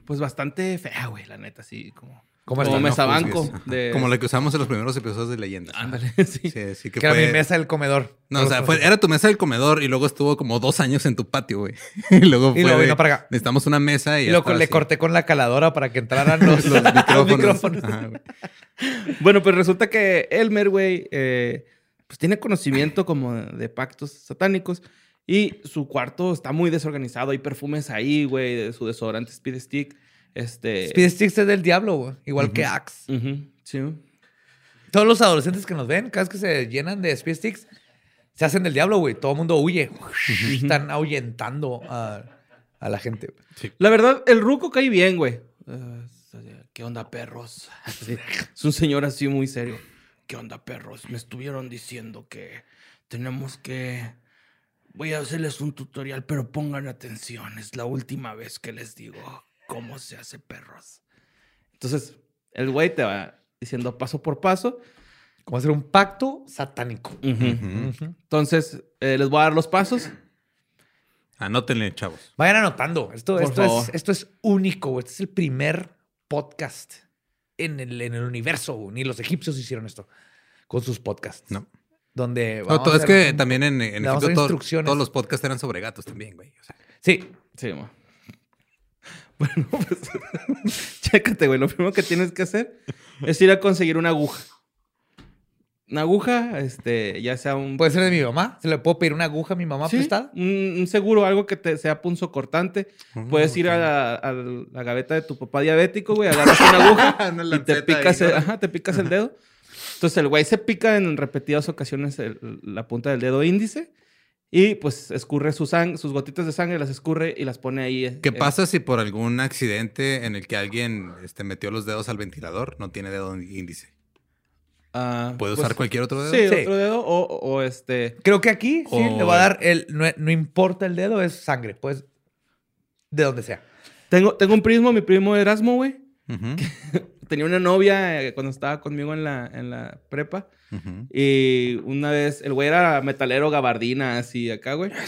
Speaker 6: Pues bastante fea, güey, la neta. Así como...
Speaker 3: ¿Cómo
Speaker 6: Como
Speaker 3: está?
Speaker 6: mesa
Speaker 8: juzgues.
Speaker 6: banco
Speaker 8: Ajá.
Speaker 6: de-
Speaker 8: Como la que usamos en los primeros episodios de Leyenda.
Speaker 6: Ándale, sí.
Speaker 8: Sí, sí que,
Speaker 3: Que era
Speaker 8: fue-
Speaker 3: mi mesa del comedor.
Speaker 8: No, o sea, fue- era tu mesa del comedor y luego estuvo como dos años en tu patio, güey. (laughs) Y luego fue
Speaker 3: Y luego
Speaker 8: de,
Speaker 3: vino para acá.
Speaker 8: Necesitamos una mesa y,
Speaker 3: Y
Speaker 8: ya
Speaker 3: lo,
Speaker 8: estaba
Speaker 3: le
Speaker 8: así. (laughs)
Speaker 3: corté con la caladora para que entraran (laughs) los,
Speaker 8: los micrófonos.
Speaker 3: micrófonos.
Speaker 8: Ajá, güey.
Speaker 6: Bueno, pues resulta que Elmer, güey, eh, pues tiene conocimiento como de pactos satánicos y su cuarto está muy desorganizado. Hay perfumes ahí, güey, de su desodorante Speed Stick. Este.
Speaker 3: (laughs) Speed Sticks es del diablo, güey. Igual que Axe.
Speaker 6: Ujú, sí.
Speaker 3: Todos los adolescentes que nos ven, cada vez que se llenan de Speed Sticks, se hacen del diablo, güey. Todo el mundo huye. Están ahuyentando a, a la gente. güey.
Speaker 6: La verdad, el ruco cae bien, güey. Eh, ¿Qué onda, perros? (laughs) Sí, Es un señor así muy serio. ¿Qué onda, perros? Me estuvieron diciendo que tenemos que. Voy a hacerles un tutorial, pero pongan atención. Es la última vez que les digo cómo se hace perros. Entonces, el güey te va diciendo paso por paso.
Speaker 3: Como hacer un pacto satánico.
Speaker 8: Mm.
Speaker 6: Ujú. Entonces, eh, les voy a dar los pasos.
Speaker 8: Anótenle, chavos.
Speaker 3: Vayan anotando. Esto,
Speaker 6: Por
Speaker 3: esto, es,
Speaker 6: favor.
Speaker 3: esto es único. güey. Este es el primer podcast en el, en el universo. güey. Ni los egipcios hicieron esto con sus podcasts.
Speaker 8: No.
Speaker 3: Donde
Speaker 8: No,
Speaker 3: vamos
Speaker 8: todo-
Speaker 3: a
Speaker 8: es
Speaker 3: hacer
Speaker 8: que
Speaker 3: un-
Speaker 8: también en, en
Speaker 3: le vamos a
Speaker 8: Egipto
Speaker 3: dar
Speaker 8: todo-
Speaker 3: instrucciones.
Speaker 8: todos los podcasts eran sobre gatos también, güey. O sea,
Speaker 3: Sí.
Speaker 6: Sí, ma. (laughs) Bueno, pues. (laughs) chécate, güey. Lo primero que tienes que hacer es ir a conseguir una aguja. Una aguja, este, ya sea un.
Speaker 3: Puede ser de mi mamá. ¿Se le puedo pedir una aguja a mi mamá
Speaker 6: Sí,
Speaker 3: prestada?
Speaker 6: Un, un seguro, algo que te sea punzo cortante.
Speaker 8: Ah,
Speaker 6: Puedes ir a la, a la gaveta de tu papá diabético, güey, agarras una
Speaker 8: (laughs)
Speaker 6: aguja
Speaker 8: Una
Speaker 6: y te
Speaker 8: lanceta
Speaker 6: picas,
Speaker 8: ahí,
Speaker 6: el,
Speaker 8: ¿no?
Speaker 6: ajá, te picas el dedo. Entonces el güey se pica en repetidas ocasiones el- la punta del dedo índice y pues escurre su sang- sus gotitas de sangre, las escurre y las pone ahí. eh,
Speaker 8: ¿Qué
Speaker 6: eh,
Speaker 8: pasa si por algún accidente en el que alguien este, metió los dedos al ventilador no tiene dedo índice?
Speaker 6: ah,
Speaker 8: ¿Puede
Speaker 6: pues,
Speaker 8: usar cualquier otro dedo?
Speaker 6: Sí,
Speaker 3: Sí.
Speaker 6: otro dedo o, o este...
Speaker 3: Creo que aquí sí
Speaker 8: O-
Speaker 3: le va a dar el. No, no importa el dedo, es sangre. Pues de donde sea.
Speaker 6: Tengo, tengo un primo, mi primo Erasmo, güey.
Speaker 8: Ujú,
Speaker 6: Tenía una novia eh, cuando estaba conmigo en la, en la prepa.
Speaker 8: ujú.
Speaker 6: Y una vez, el güey era metalero gabardina, así acá, güey.
Speaker 8: Ah,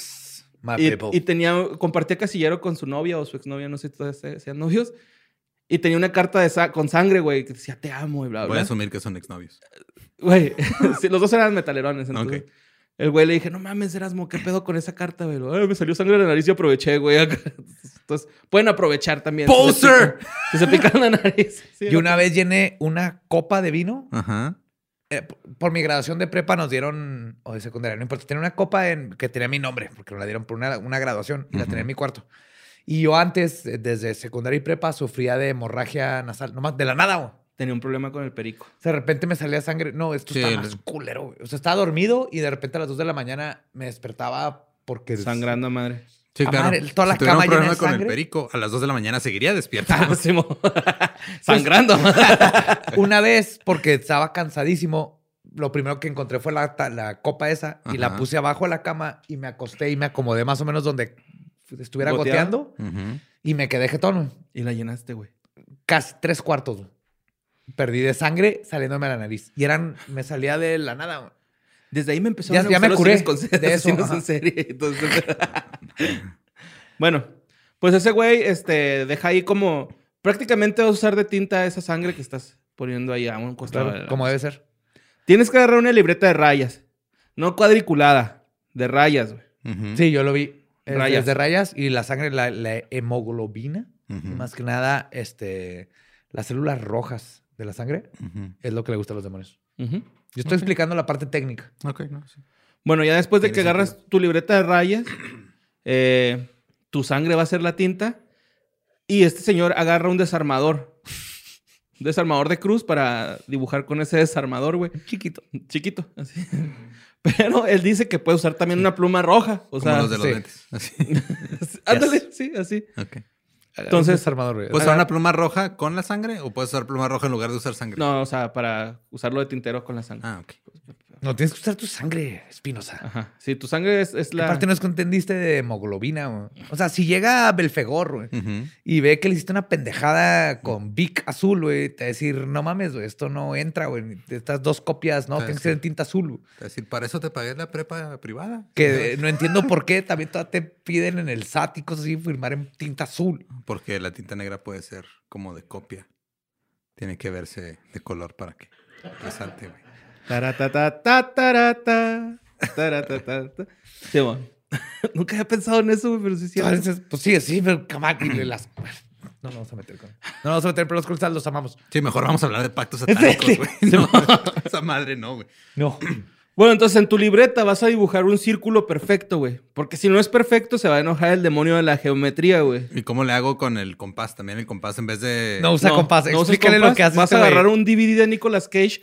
Speaker 3: My
Speaker 6: Y,
Speaker 3: people.
Speaker 6: y tenía, compartía casillero con su novia o su exnovia, no sé si todavía se- sean novios. Y tenía una carta de sa- con sangre, güey, que decía te amo y bla,
Speaker 8: Voy a
Speaker 6: bla.
Speaker 8: asumir que son exnovios.
Speaker 6: Güey, (laughs) sí, los dos eran metalerones, entonces.
Speaker 8: Ok.
Speaker 6: El güey le dije, no mames, Erasmo, ¿qué pedo con esa carta, güey? Lo, "Ay, me salió sangre en la nariz y aproveché, güey. acá". (laughs) Entonces, pueden aprovechar también. si se
Speaker 8: ¡Poser!
Speaker 6: pican- Si se pican la
Speaker 8: (laughs)
Speaker 6: nariz. Sí,
Speaker 3: Y
Speaker 6: lo-
Speaker 3: una vez llené una copa de vino.
Speaker 8: Ajá.
Speaker 3: Eh, p- por mi graduación de prepa nos dieron, o de secundaria, no importa, tenía una copa en, que tenía mi nombre, porque nos la dieron por una, una graduación y la tenía en mi cuarto. Y yo antes, eh, desde secundaria y prepa, sufría de hemorragia nasal, nomás de la nada. güey.
Speaker 6: Tenía un problema con el perico.
Speaker 3: O sea, de repente me salía sangre. No, esto
Speaker 8: Sí,
Speaker 3: está
Speaker 8: el-
Speaker 3: más culero. güey. O sea, estaba dormido y de repente a las 2 de la mañana me despertaba porque...
Speaker 6: Sangrando a
Speaker 8: (laughs)
Speaker 6: madre. (laughs)
Speaker 8: Sí,
Speaker 3: Ah,
Speaker 8: claro.
Speaker 3: madre, toda la
Speaker 8: si tuviera
Speaker 3: cama
Speaker 8: un
Speaker 3: llena
Speaker 8: problema
Speaker 3: de
Speaker 8: con el
Speaker 3: sangre.
Speaker 8: perico, a las 2 de la mañana
Speaker 3: (laughs)
Speaker 8: seguiría despierta.
Speaker 6: Simón. Sangrando.
Speaker 3: (laughs)
Speaker 8: (laughs)
Speaker 3: Una vez, porque estaba cansadísimo, lo primero que encontré fue la, ta- la copa esa y la
Speaker 8: Ajá.
Speaker 3: puse abajo de la cama y me acosté y me acomodé más o menos donde estuviera
Speaker 6: Goteaba.
Speaker 3: goteando.
Speaker 8: Ujú.
Speaker 3: Y me quedé jetón, güey.
Speaker 6: y la llenaste, güey.
Speaker 3: casi tres cuartos. güey. Perdí de sangre saliéndome a la nariz. Y eran, me salía de la nada. güey.
Speaker 6: Desde ahí me empezó
Speaker 3: Ya-
Speaker 6: a
Speaker 3: ya me curé de
Speaker 6: de
Speaker 3: eso,
Speaker 6: asesinos
Speaker 3: ajá.
Speaker 6: en serie. Entonces, (laughs) bueno, pues ese güey este, deja ahí como... Prácticamente vas a usar de tinta esa sangre que estás poniendo ahí a un costado.
Speaker 3: Claro,
Speaker 6: de la-
Speaker 3: como debe ser.
Speaker 6: Tienes que agarrar una libreta de rayas. No cuadriculada. De rayas, güey.
Speaker 8: Ujú.
Speaker 3: Sí, yo lo vi. Es-
Speaker 6: Rayas.
Speaker 3: es de rayas y la sangre, la, la hemoglobina,
Speaker 8: Ujú.
Speaker 3: más que nada, este, las células rojas de la sangre
Speaker 8: Ujú.
Speaker 3: es lo que le gusta a los demonios.
Speaker 6: Ujú.
Speaker 3: Yo estoy explicando la parte técnica.
Speaker 8: Ok, no, sí.
Speaker 6: Bueno, ya después de
Speaker 8: Tiene
Speaker 6: que agarras
Speaker 8: sentido.
Speaker 6: tu libreta de rayas, eh, tu sangre va a ser la tinta. Y este señor agarra un desarmador. Un desarmador de cruz para dibujar con ese desarmador, güey. Chiquito. Chiquito, así. (laughs) Pero él dice que puede usar también una pluma roja. O
Speaker 8: Como
Speaker 6: sea,
Speaker 8: los de los
Speaker 3: sí. (laughs)
Speaker 8: lentes. Así.
Speaker 6: (laughs) ándale, sí, así.
Speaker 8: Ok.
Speaker 6: Eh, Entonces- pues,
Speaker 3: armador, güey.
Speaker 8: ¿Puedes usar una pluma roja con la sangre o puedes usar pluma roja en lugar de usar sangre?
Speaker 6: No, o sea, para usarlo de tintero con la sangre.
Speaker 8: Ah, ok.
Speaker 3: no tienes que usar tu sangre, Espinosa.
Speaker 6: Ajá. Sí, tu sangre es, es Ah, la.
Speaker 3: Aparte, no es que entendiste de hemoglobina. güey. O sea, si llega Belfegor, güey,
Speaker 8: Ujú.
Speaker 3: y ve que le hiciste una pendejada con Vic azul, güey, te va a decir, no mames, güey, esto no entra, güey. Estas dos copias, no,
Speaker 8: Ah,
Speaker 3: tienen que
Speaker 8: sí.
Speaker 3: ser en tinta azul. güey".
Speaker 8: Es decir, para eso te pagué la prepa privada.
Speaker 3: Que eh, no entiendo por qué también todavía te piden en el SAT y cosas así firmar en tinta azul.
Speaker 8: Porque la tinta negra puede ser como de copia. Tiene que verse de color para que resalte, güey.
Speaker 6: Taratatata, tarata, taratatata. Sí, bueno. (laughs) Nunca había pensado en eso, güey, pero sí es cierto.
Speaker 3: Entonces, pues sí, sí, pero camac- y las... No nos vamos a meter con... No nos vamos a meter, pero los cruzales los amamos.
Speaker 8: Sí, mejor vamos a hablar
Speaker 3: (laughs)
Speaker 8: de pactos satánicos, güey. No, esa madre no, güey.
Speaker 3: No.
Speaker 6: Bueno, entonces en tu libreta vas a dibujar un círculo perfecto, güey. Porque si no es perfecto, se va a enojar el demonio de la geometría, güey.
Speaker 8: ¿Y cómo le hago con el compás? También el compás en vez de...
Speaker 3: No usa compás.
Speaker 6: uses
Speaker 3: Explícale lo
Speaker 6: compás,
Speaker 3: que hace
Speaker 6: Vas
Speaker 3: este
Speaker 6: a
Speaker 3: güey.
Speaker 6: agarrar un DVD de Nicolas Cage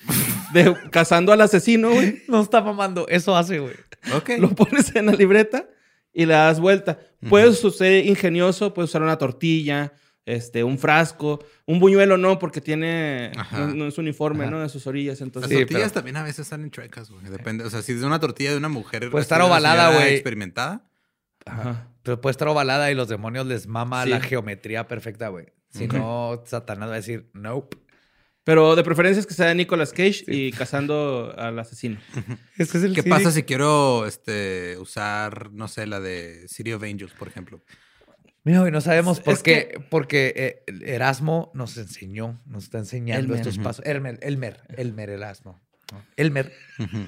Speaker 6: de (laughs) Cazando al Asesino, güey.
Speaker 3: (clears throat) No está mamando. Eso hace, güey.
Speaker 8: Ok.
Speaker 6: (laughs) Lo pones en la libreta y le das vuelta. Puedes ser ingenioso, puedes usar una tortilla, este, un frasco, un buñuelo no, porque tiene...
Speaker 8: Ajá.
Speaker 6: No, no es uniforme,
Speaker 3: Ajá.
Speaker 6: ¿no? De sus orillas,
Speaker 8: Las
Speaker 6: entonces...
Speaker 3: Sí,
Speaker 8: tortillas
Speaker 3: pero-
Speaker 8: también a veces están en chuecas, güey. Depende. O sea, si es una tortilla de una mujer...
Speaker 3: Puede estar
Speaker 8: de una
Speaker 3: ovalada,
Speaker 8: señora
Speaker 3: güey.
Speaker 8: Experimentada.
Speaker 6: Ajá.
Speaker 3: Pero puede estar ovalada y los demonios les mama
Speaker 6: Sí.
Speaker 3: la geometría perfecta, güey. Si no, Satanás va a decir, nope.
Speaker 6: Pero de preferencia es que sea Nicolas Cage y cazando al
Speaker 3: (laughs)
Speaker 6: asesino.
Speaker 9: Es que es el
Speaker 8: ¿Qué
Speaker 9: Siri-
Speaker 8: pasa si quiero este, usar, no sé, la de City of Angels, por ejemplo?
Speaker 3: Mira, güey, no sabemos por
Speaker 6: Es
Speaker 3: qué, porque eh, el Erasmo nos enseñó, nos está enseñando
Speaker 6: Elmer.
Speaker 3: estos
Speaker 8: Ujú.
Speaker 3: pasos. Elmer, Elmer, Elmer Erasmo. Elmer
Speaker 8: Ujú.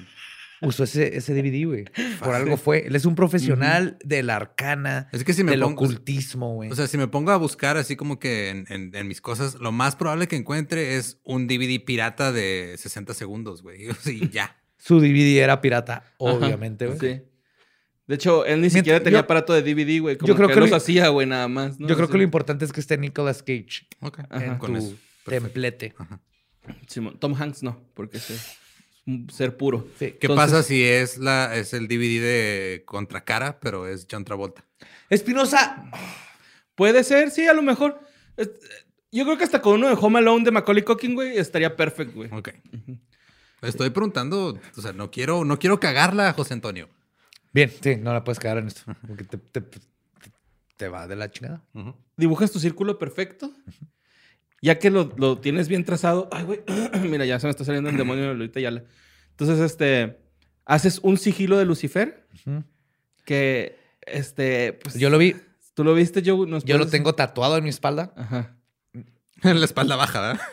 Speaker 3: usó ese, ese DVD, güey. Por algo fue. Él es un profesional de la arcana,
Speaker 8: Es que si me
Speaker 3: del
Speaker 8: pongo-
Speaker 3: ocultismo, güey.
Speaker 8: O sea, si me pongo a buscar así como que en, en- en mis cosas, lo más probable que encuentre es un DVD pirata de 60 segundos, güey. (laughs) O sea, Y ya.
Speaker 3: Su DVD era pirata,
Speaker 6: Ajá,
Speaker 3: obviamente, güey.
Speaker 6: Sí. De hecho, él ni siquiera
Speaker 3: yo-
Speaker 6: tenía aparato de DVD, güey. Como
Speaker 3: yo creo
Speaker 6: que,
Speaker 3: que
Speaker 6: él los
Speaker 3: lo-
Speaker 6: hacía, güey, nada más. ¿no?
Speaker 3: Yo creo
Speaker 6: Así.
Speaker 3: que lo importante es que esté Nicolas Cage
Speaker 8: Ok.
Speaker 6: Ajá.
Speaker 3: en
Speaker 8: Con
Speaker 3: tu
Speaker 8: eso. Perfecto.
Speaker 3: templete.
Speaker 6: Simón, Tom Hanks no, porque ese es un ser puro.
Speaker 3: Sí.
Speaker 8: ¿Qué
Speaker 6: Entonces-
Speaker 8: pasa si es, la, es el DVD de Contracara, pero es John Travolta?
Speaker 3: Espinosa,
Speaker 6: Puede ser, sí, a lo mejor. Es- Yo creo que hasta con uno de Home Alone de Macaulay Culkin, güey, estaría perfecto, güey.
Speaker 8: Ok. Estoy preguntando, o sea, no quiero, no quiero cagarla, José Antonio.
Speaker 3: Bien, sí, no la puedes cagar en esto. Porque te, te- te va de la chingada.
Speaker 6: Dibujas tu círculo perfecto. Ya que lo, lo tienes bien trazado. Ay, güey. (clears throat) Mira, ya se me está saliendo el demonio de Lolita Yala. Entonces, este. Haces un sigilo de Lucifer.
Speaker 3: Ujú.
Speaker 6: Que. Este. Pues,
Speaker 3: Yo lo vi,
Speaker 6: Tú lo viste, yo. ¿Nos
Speaker 3: yo lo
Speaker 6: puedes-
Speaker 3: tengo tatuado en mi espalda.
Speaker 6: Ajá.
Speaker 8: Pues, (laughs) En la espalda baja, ¿verdad?
Speaker 3: (laughs)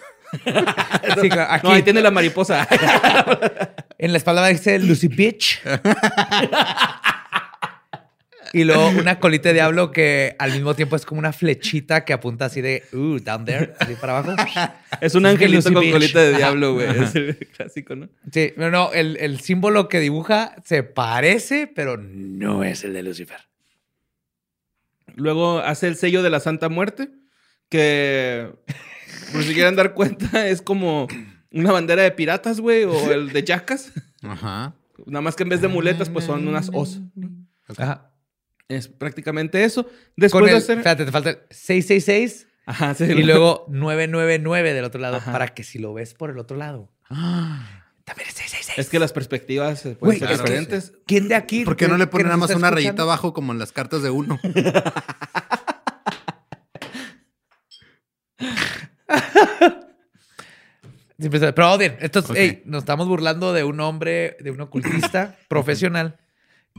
Speaker 3: Sí, claro, aquí.
Speaker 6: No, ahí tiene la mariposa. (laughs)
Speaker 3: En la espalda dice Lucy
Speaker 8: (laughs)
Speaker 3: Peach. y luego una colita de diablo que al mismo tiempo es como una flechita que apunta así de, uh, down there, así para abajo.
Speaker 6: es un
Speaker 3: Es que
Speaker 6: angelito
Speaker 3: Lucy
Speaker 6: con
Speaker 3: Beach.
Speaker 6: colita de diablo, güey. (laughs) Es el clásico, ¿no?
Speaker 3: Sí, no, no, el, el símbolo que dibuja se parece, pero no es el de Lucifer.
Speaker 6: Luego hace el sello de la Santa Muerte, que por si
Speaker 3: (laughs)
Speaker 6: quieren dar cuenta, es como una bandera de piratas, güey, o el de yacas.
Speaker 8: Ajá.
Speaker 6: Nada más que en vez de muletas, pues son unas os. ¿no?
Speaker 3: Ajá.
Speaker 6: Es prácticamente eso.
Speaker 3: Con
Speaker 6: Después
Speaker 3: el,
Speaker 6: de hacer.
Speaker 3: Espérate, te falta el 666
Speaker 6: Ajá, sí.
Speaker 3: y luego 999 del otro lado
Speaker 6: Ajá.
Speaker 3: para que si lo ves por el otro lado.
Speaker 8: Ah.
Speaker 3: También es 666.
Speaker 6: (laughs) Es que las perspectivas eh,
Speaker 3: Güey,
Speaker 6: pueden ser
Speaker 3: es que-
Speaker 6: diferentes.
Speaker 3: ¿Quién de aquí?
Speaker 8: ¿Por qué no
Speaker 3: que-
Speaker 8: le
Speaker 3: que
Speaker 8: ponen
Speaker 3: nos
Speaker 8: nada más
Speaker 3: está
Speaker 8: una
Speaker 3: escuchando?
Speaker 8: rayita abajo como en las cartas
Speaker 6: (laughs)
Speaker 8: de uno?
Speaker 3: Sí, pues, Pero odien. Entonces,
Speaker 8: Ok.
Speaker 3: ey, nos estamos burlando de un hombre, de un
Speaker 8: (clears throat)
Speaker 3: ocultista profesional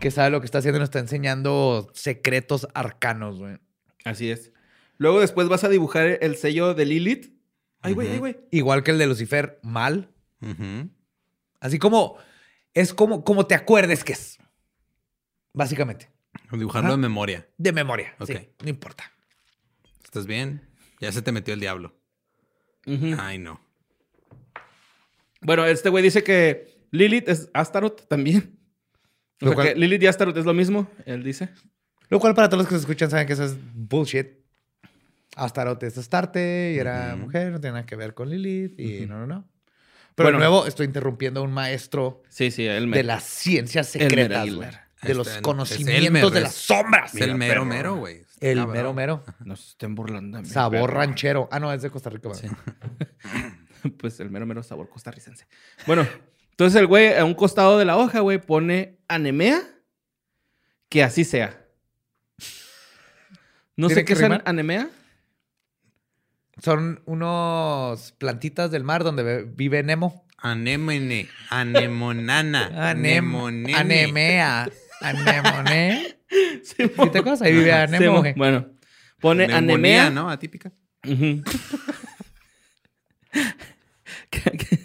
Speaker 3: que sabe lo que está haciendo y nos está enseñando secretos arcanos, güey.
Speaker 6: Así es. Luego después vas a dibujar el sello de Lilith. Ay, güey, ay, güey.
Speaker 3: Igual que el de Lucifer, mal.
Speaker 8: Ujú.
Speaker 3: Así como es como, como te acuerdes que es. Básicamente.
Speaker 8: Dibujarlo
Speaker 3: Ajá.
Speaker 8: de memoria.
Speaker 3: De memoria.
Speaker 8: Ok.
Speaker 3: sí, no importa.
Speaker 8: ¿Estás bien? Ya se te metió el diablo.
Speaker 6: Ujú.
Speaker 8: Ay, no.
Speaker 6: Bueno, este güey dice que Lilith es Astaroth también.
Speaker 3: Lo
Speaker 6: O sea
Speaker 3: cual-
Speaker 6: que Lilith y Astaroth es lo mismo, él dice.
Speaker 3: Lo cual para todos los que se escuchan saben que eso es bullshit. Astaroth es Astarte y era
Speaker 8: Ujú.
Speaker 3: mujer, no tiene nada que ver con Lilith y no, no, no. Pero
Speaker 6: Bueno.
Speaker 3: de nuevo estoy interrumpiendo a un maestro
Speaker 6: Sí, sí, él
Speaker 3: de las ciencias
Speaker 6: Elmer
Speaker 3: secretas,
Speaker 6: Aguilar.
Speaker 3: güey.
Speaker 8: Ahí
Speaker 3: De los
Speaker 8: está, es Elmer,
Speaker 3: conocimientos de
Speaker 8: es-
Speaker 3: las sombras.
Speaker 8: Es el
Speaker 3: Mira,
Speaker 8: mero Ah,
Speaker 3: perro.
Speaker 8: mero, güey. Está
Speaker 3: El
Speaker 8: cabrón.
Speaker 3: mero mero.
Speaker 6: Nos estén burlando.
Speaker 3: Sabor ranchero. Ah, no, es de Costa Rica. ¿verdad?
Speaker 6: (laughs) Pues el mero, mero sabor costarricense. Bueno, entonces el güey a un costado de la hoja, güey, pone anemea. Que así sea. No
Speaker 3: ¿Tiene
Speaker 6: sé qué
Speaker 3: que
Speaker 6: es an-
Speaker 3: rimar?
Speaker 6: anemea.
Speaker 3: Son unos plantitas del mar donde ve- vive Nemo.
Speaker 8: Anémone.
Speaker 6: (laughs)
Speaker 8: Anemonana.
Speaker 3: Anem,
Speaker 8: Anemonene.
Speaker 3: anemea. Anemone. ¿Sí
Speaker 6: Simón.
Speaker 3: te acuerdas? Ahí vive Anemo.
Speaker 6: Simón.
Speaker 3: güey.
Speaker 6: Bueno, pone
Speaker 8: Neumonía,
Speaker 6: anemea.
Speaker 8: ¿no? Atípica. (laughs)
Speaker 6: Ujú. Que- que-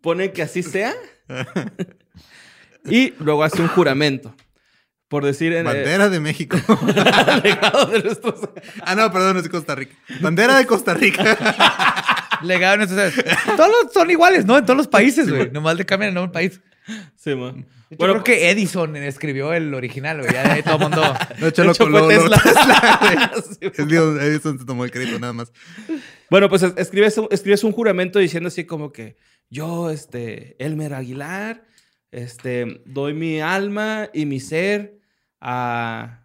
Speaker 6: Pone que así
Speaker 8: (laughs)
Speaker 6: sea. y luego hace un juramento. Por decir en. eh,
Speaker 8: Bandera de México.
Speaker 6: (laughs)
Speaker 8: (laughs)
Speaker 6: alejado de nuestros.
Speaker 8: ah, no, perdón, es de Costa Rica. Bandera de Costa Rica. (laughs)
Speaker 3: Legado no sé, Todos los- son iguales, ¿no? En todos los países, güey. Nomás le cambian el nombre al país.
Speaker 6: Sí, man.
Speaker 3: Yo
Speaker 6: Bueno, pues,
Speaker 3: creo que Edison escribió el original, güey. Ya de ahí todo el mundo.
Speaker 8: (laughs) De hecho,
Speaker 6: De
Speaker 8: lo
Speaker 6: hecho, fue
Speaker 8: coló Tesla.
Speaker 6: Tesla.
Speaker 8: güey. Es Dios, Edison se tomó el crédito nada más.
Speaker 3: eh,
Speaker 6: Bueno, pues es- escribes, un- escribes un juramento diciendo así como que yo, este, Elmer Aguilar, este, doy mi alma y mi ser a,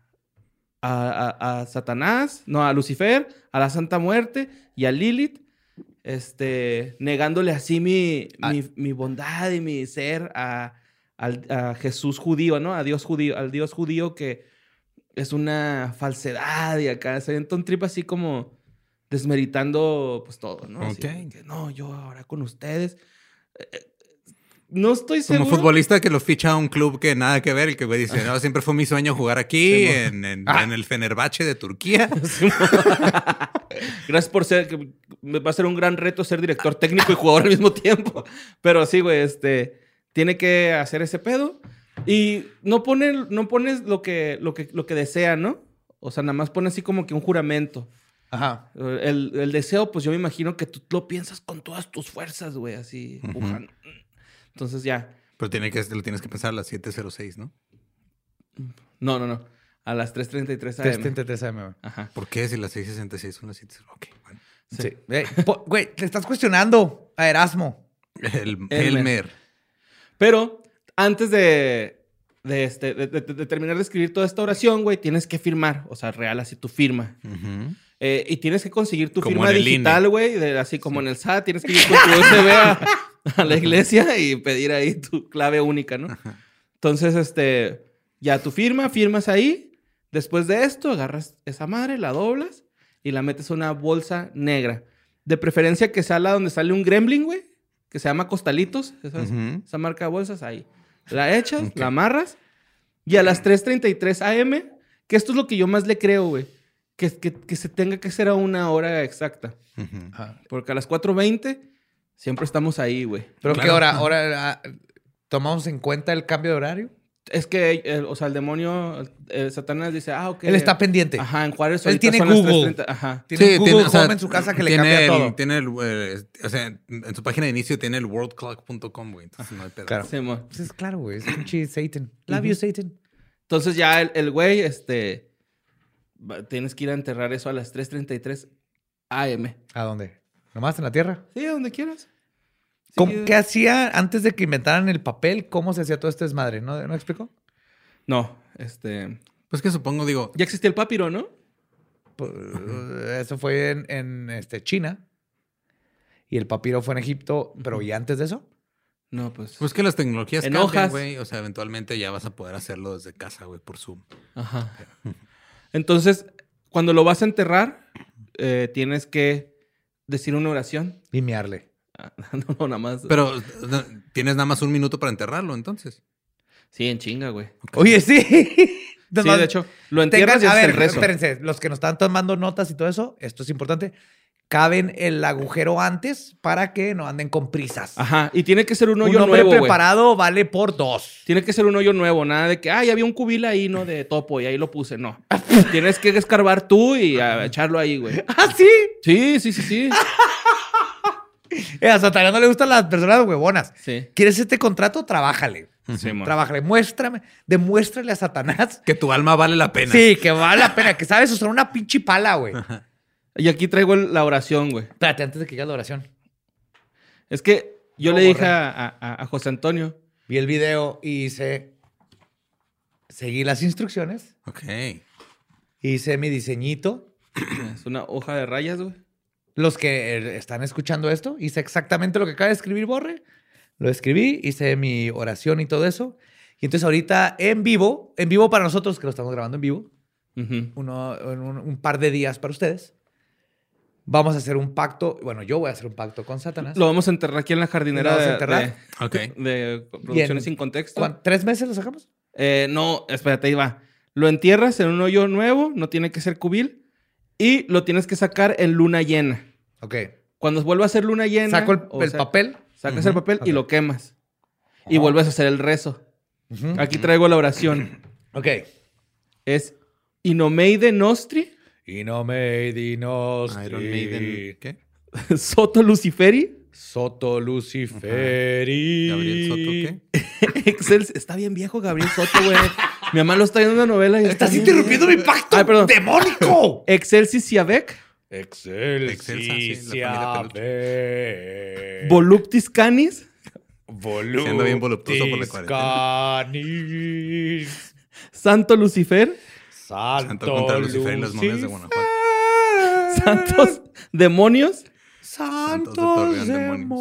Speaker 6: a, a- a Satanás, no, a Lucifer, a la Santa Muerte y a Lilith, este, negándole así mi,
Speaker 8: Ah.
Speaker 6: mi, mi bondad y mi ser a, al- a Jesús judío, ¿no? A Dios judío, al Dios judío que es una falsedad y acá se avienta un trip así como desmeritando pues todo, ¿no? Así
Speaker 8: Ok.
Speaker 6: de que, no, yo ahora con ustedes. Eh, eh, No estoy
Speaker 8: Como
Speaker 6: seguro.
Speaker 8: futbolista que lo ficha a un club que nada que ver, el que güey dice, no, siempre fue mi sueño jugar
Speaker 6: Sí,
Speaker 8: aquí,
Speaker 6: mo-
Speaker 8: en, en- en el Fenerbahce de Turquía. (laughs)
Speaker 6: (laughs) Gracias por ser. que me Va a ser un gran reto ser director técnico y jugador al mismo tiempo. Pero sí, güey, este. Tiene que hacer ese pedo. Y no, pone, no pones lo que, lo, que, lo que desea, ¿no? O sea, nada más pone así como que un juramento.
Speaker 3: (laughs) Ajá.
Speaker 6: El, el deseo, pues yo me imagino que tú lo piensas con todas tus fuerzas, güey, así.
Speaker 8: Ujú.
Speaker 6: pujando. Entonces ya.
Speaker 8: Pero tiene que, lo tienes que pensar a las 7.06, ¿no?
Speaker 6: No, no, no. A las 3.33 AM.
Speaker 3: 333 AM, güey.
Speaker 6: Ajá.
Speaker 8: ¿Por qué si las 6.66 son las 7.06? Ok, bueno.
Speaker 3: Sí. Güey, po- Güey, le estás cuestionando a Erasmo.
Speaker 8: El
Speaker 6: Elmer.
Speaker 8: Elmer.
Speaker 6: Pero antes de, de, este, de, de- de terminar de escribir toda esta oración, güey, tienes que firmar. O sea, real, así tu firma.
Speaker 8: Ujú.
Speaker 6: Eh, y tienes que conseguir tu
Speaker 8: Como
Speaker 6: firma
Speaker 8: en el INE.
Speaker 6: digital, güey, de- así como en el SAT. Tienes que ir con tu
Speaker 8: (laughs)
Speaker 6: USB a, a la iglesia y pedir ahí tu clave única, ¿no? Entonces, este, ya tu firma, firmas ahí. Después de esto, agarras esa madre, la doblas y la metes en una bolsa negra. De preferencia que sea la donde sale un gremlin, güey, que se llama Costalitos. ¿sabes?
Speaker 8: Ujú.
Speaker 6: Esa marca de bolsas ahí. La echas, la amarras y a las 3.33 AM, que esto es lo que yo más le creo, güey, que, que, que se tenga que hacer a una hora exacta.
Speaker 8: Ujú.
Speaker 3: Ajá.
Speaker 6: Porque a las 4.20 siempre estamos ahí, güey.
Speaker 3: Pero
Speaker 8: Claro.
Speaker 3: que ahora, ahora ah, tomamos en cuenta el cambio de horario.
Speaker 6: Es que, eh, o sea, el demonio, el Satanás dice, ah, ok.
Speaker 3: Él está pendiente.
Speaker 6: Ajá, en Juárez
Speaker 3: Él
Speaker 6: ahorita
Speaker 3: tiene
Speaker 6: son las
Speaker 3: Google.
Speaker 6: 3:30. Ajá.
Speaker 3: Tiene un Google
Speaker 8: o sea,
Speaker 3: Home en su casa que le
Speaker 8: tiene
Speaker 3: cambia
Speaker 8: el-
Speaker 3: todo.
Speaker 8: Tiene el, eh, o sea, en su página de inicio tiene el worldclock.com, güey. Entonces no hay pedo.
Speaker 3: Claro.
Speaker 6: Simón.
Speaker 3: Pues es claro, güey. Es un chi- Satan. Love you, Satan.
Speaker 6: Entonces ya el- el güey, este, va- tienes que ir a enterrar eso a las 3.33 AM.
Speaker 3: ¿A dónde? ¿Nomás en la tierra?
Speaker 6: Sí, a donde quieras. Sí,
Speaker 3: ¿Cómo-
Speaker 6: eh,
Speaker 3: ¿Qué hacía antes de que inventaran el papel? ¿Cómo se hacía todo este desmadre? ¿No, ¿No explico?
Speaker 6: No, este,
Speaker 8: Pues que supongo, digo,
Speaker 6: ya existía el papiro, ¿no?
Speaker 3: Pues, Eso fue en, en, este, China. Y el papiro fue en Egipto, pero ¿y antes de eso?
Speaker 6: No, pues.
Speaker 8: pues que las tecnologías
Speaker 6: En
Speaker 8: cambian,
Speaker 6: hojas.
Speaker 8: güey. O sea, eventualmente ya vas a poder hacerlo desde casa, güey, por Zoom.
Speaker 6: Ajá. Entonces, cuando lo vas a enterrar, eh, tienes que decir una oración.
Speaker 3: Limearle.
Speaker 6: Ah, (laughs) No, no, nada más.
Speaker 8: Pero no, tienes nada más un minuto para enterrarlo, entonces.
Speaker 6: Sí, en chinga, güey.
Speaker 3: Oye, sí.
Speaker 6: Sí,
Speaker 3: Nomás
Speaker 6: de hecho, lo
Speaker 3: tengan-
Speaker 6: entierras y
Speaker 3: a
Speaker 6: haces
Speaker 3: ver,
Speaker 6: el rezo.
Speaker 3: espérense, los que nos están tomando notas y todo eso, esto es importante. Caben el agujero antes para que no anden con prisas.
Speaker 6: Ajá. Y tiene que ser Ah, un
Speaker 3: Un
Speaker 6: hoyo
Speaker 3: hombre
Speaker 6: nuevo, güey.
Speaker 3: preparado vale por dos.
Speaker 6: (laughs) Tiene que ser un hoyo nuevo, nada de que, ay, había un cubil ahí, ¿no? De topo y ahí lo puse, no. Tienes que escarbar tú y ah, echarlo ahí, güey.
Speaker 3: ¿Ah, sí?
Speaker 6: Sí, sí, sí, sí.
Speaker 3: Eh, a Satanás no le gustan las personas huevonas.
Speaker 6: Sí.
Speaker 3: ¿Quieres este contrato? Trabájale.
Speaker 6: Simón.
Speaker 3: Trabájale. Muéstrame. Demuéstrale a Satanás.
Speaker 8: Que tu alma vale la pena.
Speaker 3: Sí, que vale la pena. Que sabes usar una pinche pala,
Speaker 6: (laughs)
Speaker 3: güey.
Speaker 6: Y aquí traigo el- la oración, güey.
Speaker 3: Espérate, antes de que llegue la oración.
Speaker 6: Es que yo
Speaker 3: No,
Speaker 6: le dije
Speaker 3: borré.
Speaker 6: a, a- a José Antonio,
Speaker 3: Vi el video y hice... Seguí las instrucciones.
Speaker 8: Ok.
Speaker 3: Hice mi diseñito.
Speaker 6: es una hoja de rayas, güey.
Speaker 3: Los que eh, están escuchando esto, hice exactamente lo que acaba de escribir Borre. Lo escribí, hice mi oración y todo eso. Y entonces ahorita en vivo, en vivo para nosotros, que lo estamos grabando en vivo,
Speaker 6: Ujú.
Speaker 3: uno- en un, un par de días para ustedes. Vamos a hacer un pacto. Bueno, yo voy a hacer un pacto con Satanás.
Speaker 6: Lo vamos a enterrar aquí en la
Speaker 3: Lo
Speaker 6: jardinera
Speaker 3: vamos a
Speaker 6: de,
Speaker 3: enterrar.
Speaker 8: Ok.
Speaker 6: de- de Producciones Sin Contexto.
Speaker 3: ¿Cuán- ¿Tres meses lo sacamos?
Speaker 6: Eh, no, espérate, ahí va. Lo entierras en un hoyo nuevo, no tiene que ser cubil, y lo tienes que sacar en luna llena.
Speaker 3: Ok.
Speaker 6: Cuando vuelva a ser luna llena...
Speaker 3: Saco el,
Speaker 6: o
Speaker 3: el
Speaker 6: sea,
Speaker 3: papel.
Speaker 6: Sacas
Speaker 8: Ujú,
Speaker 6: el papel
Speaker 3: ok.
Speaker 6: y lo quemas. Y vuelves a hacer el rezo.
Speaker 3: Ujú.
Speaker 6: Aquí traigo la oración.
Speaker 3: Ok.
Speaker 6: Es Inomeide Nostri, (laughs)
Speaker 3: Y no me di nostri,
Speaker 8: Iron Maiden. ¿Qué?
Speaker 6: Soto Luciferi,
Speaker 3: Soto Luciferi.
Speaker 8: Gabriel Soto, ¿qué?
Speaker 6: Excel. Está bien viejo Gabriel Soto, güey. Mi mamá lo está viendo en una novela y
Speaker 3: Estás
Speaker 6: bien
Speaker 3: interrumpiendo mi
Speaker 6: viejo.
Speaker 3: pacto
Speaker 6: Ay, perdón.
Speaker 3: demónico.
Speaker 6: Excelsis Siavec,
Speaker 8: Excelsa, sí, la familia
Speaker 3: Excelsiave.
Speaker 6: Voluptis Canis,
Speaker 8: Siendo bien voluptuoso por la cuarentena.
Speaker 3: Voluptis canis,
Speaker 6: Santo Lucifer,
Speaker 8: Santo
Speaker 3: Santo
Speaker 8: contra Lucifer y los momias de Guanajuato.
Speaker 6: Santos Demonios.
Speaker 8: de Torreón,
Speaker 3: Santos demonios.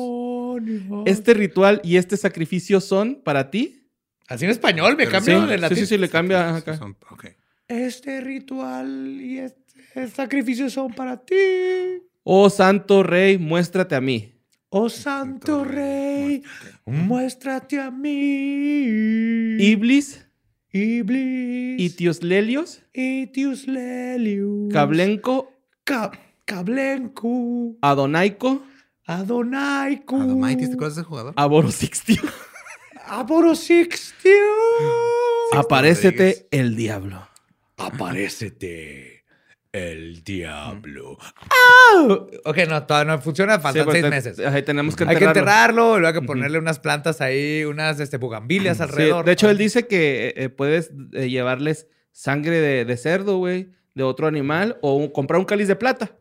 Speaker 6: Este ritual y este sacrificio son para ti.
Speaker 3: Así en español, me
Speaker 8: Pero
Speaker 3: cambio
Speaker 6: sí,
Speaker 3: de latín.
Speaker 6: sí, sí, le cambia acá.
Speaker 8: Son- ok.
Speaker 3: Este ritual y este El sacrificio son para ti.
Speaker 6: Oh santo rey, muéstrate a mí.
Speaker 3: Oh santo rey, muéstrate a mí.
Speaker 6: Iblis,
Speaker 3: Iblis.
Speaker 6: Itios
Speaker 3: Itius Lelius.
Speaker 6: Cablenco,
Speaker 3: Ca- Cablencu.
Speaker 6: Adonaico,
Speaker 3: Adonaicu.
Speaker 8: Adamaitis, ¿te acuerdas de ese jugador?
Speaker 6: Ah. Aborosixtio.
Speaker 3: Aborosixtio.
Speaker 6: Aparécete el diablo.
Speaker 3: Aparécete el diablo. Ok, no, todavía no funciona, faltan
Speaker 6: Sí, pues,
Speaker 3: seis
Speaker 6: te-
Speaker 3: meses.
Speaker 6: Ahí tenemos que
Speaker 3: Hay que
Speaker 6: enterrarlo.
Speaker 3: enterrarlo, y luego hay que ponerle unas plantas ahí, unas este, bugambilias
Speaker 6: Sí,
Speaker 3: alrededor.
Speaker 6: de hecho, él dice que eh, eh, puedes eh, llevarles sangre de, de cerdo, güey, de otro animal, o un- comprar un cáliz de plata.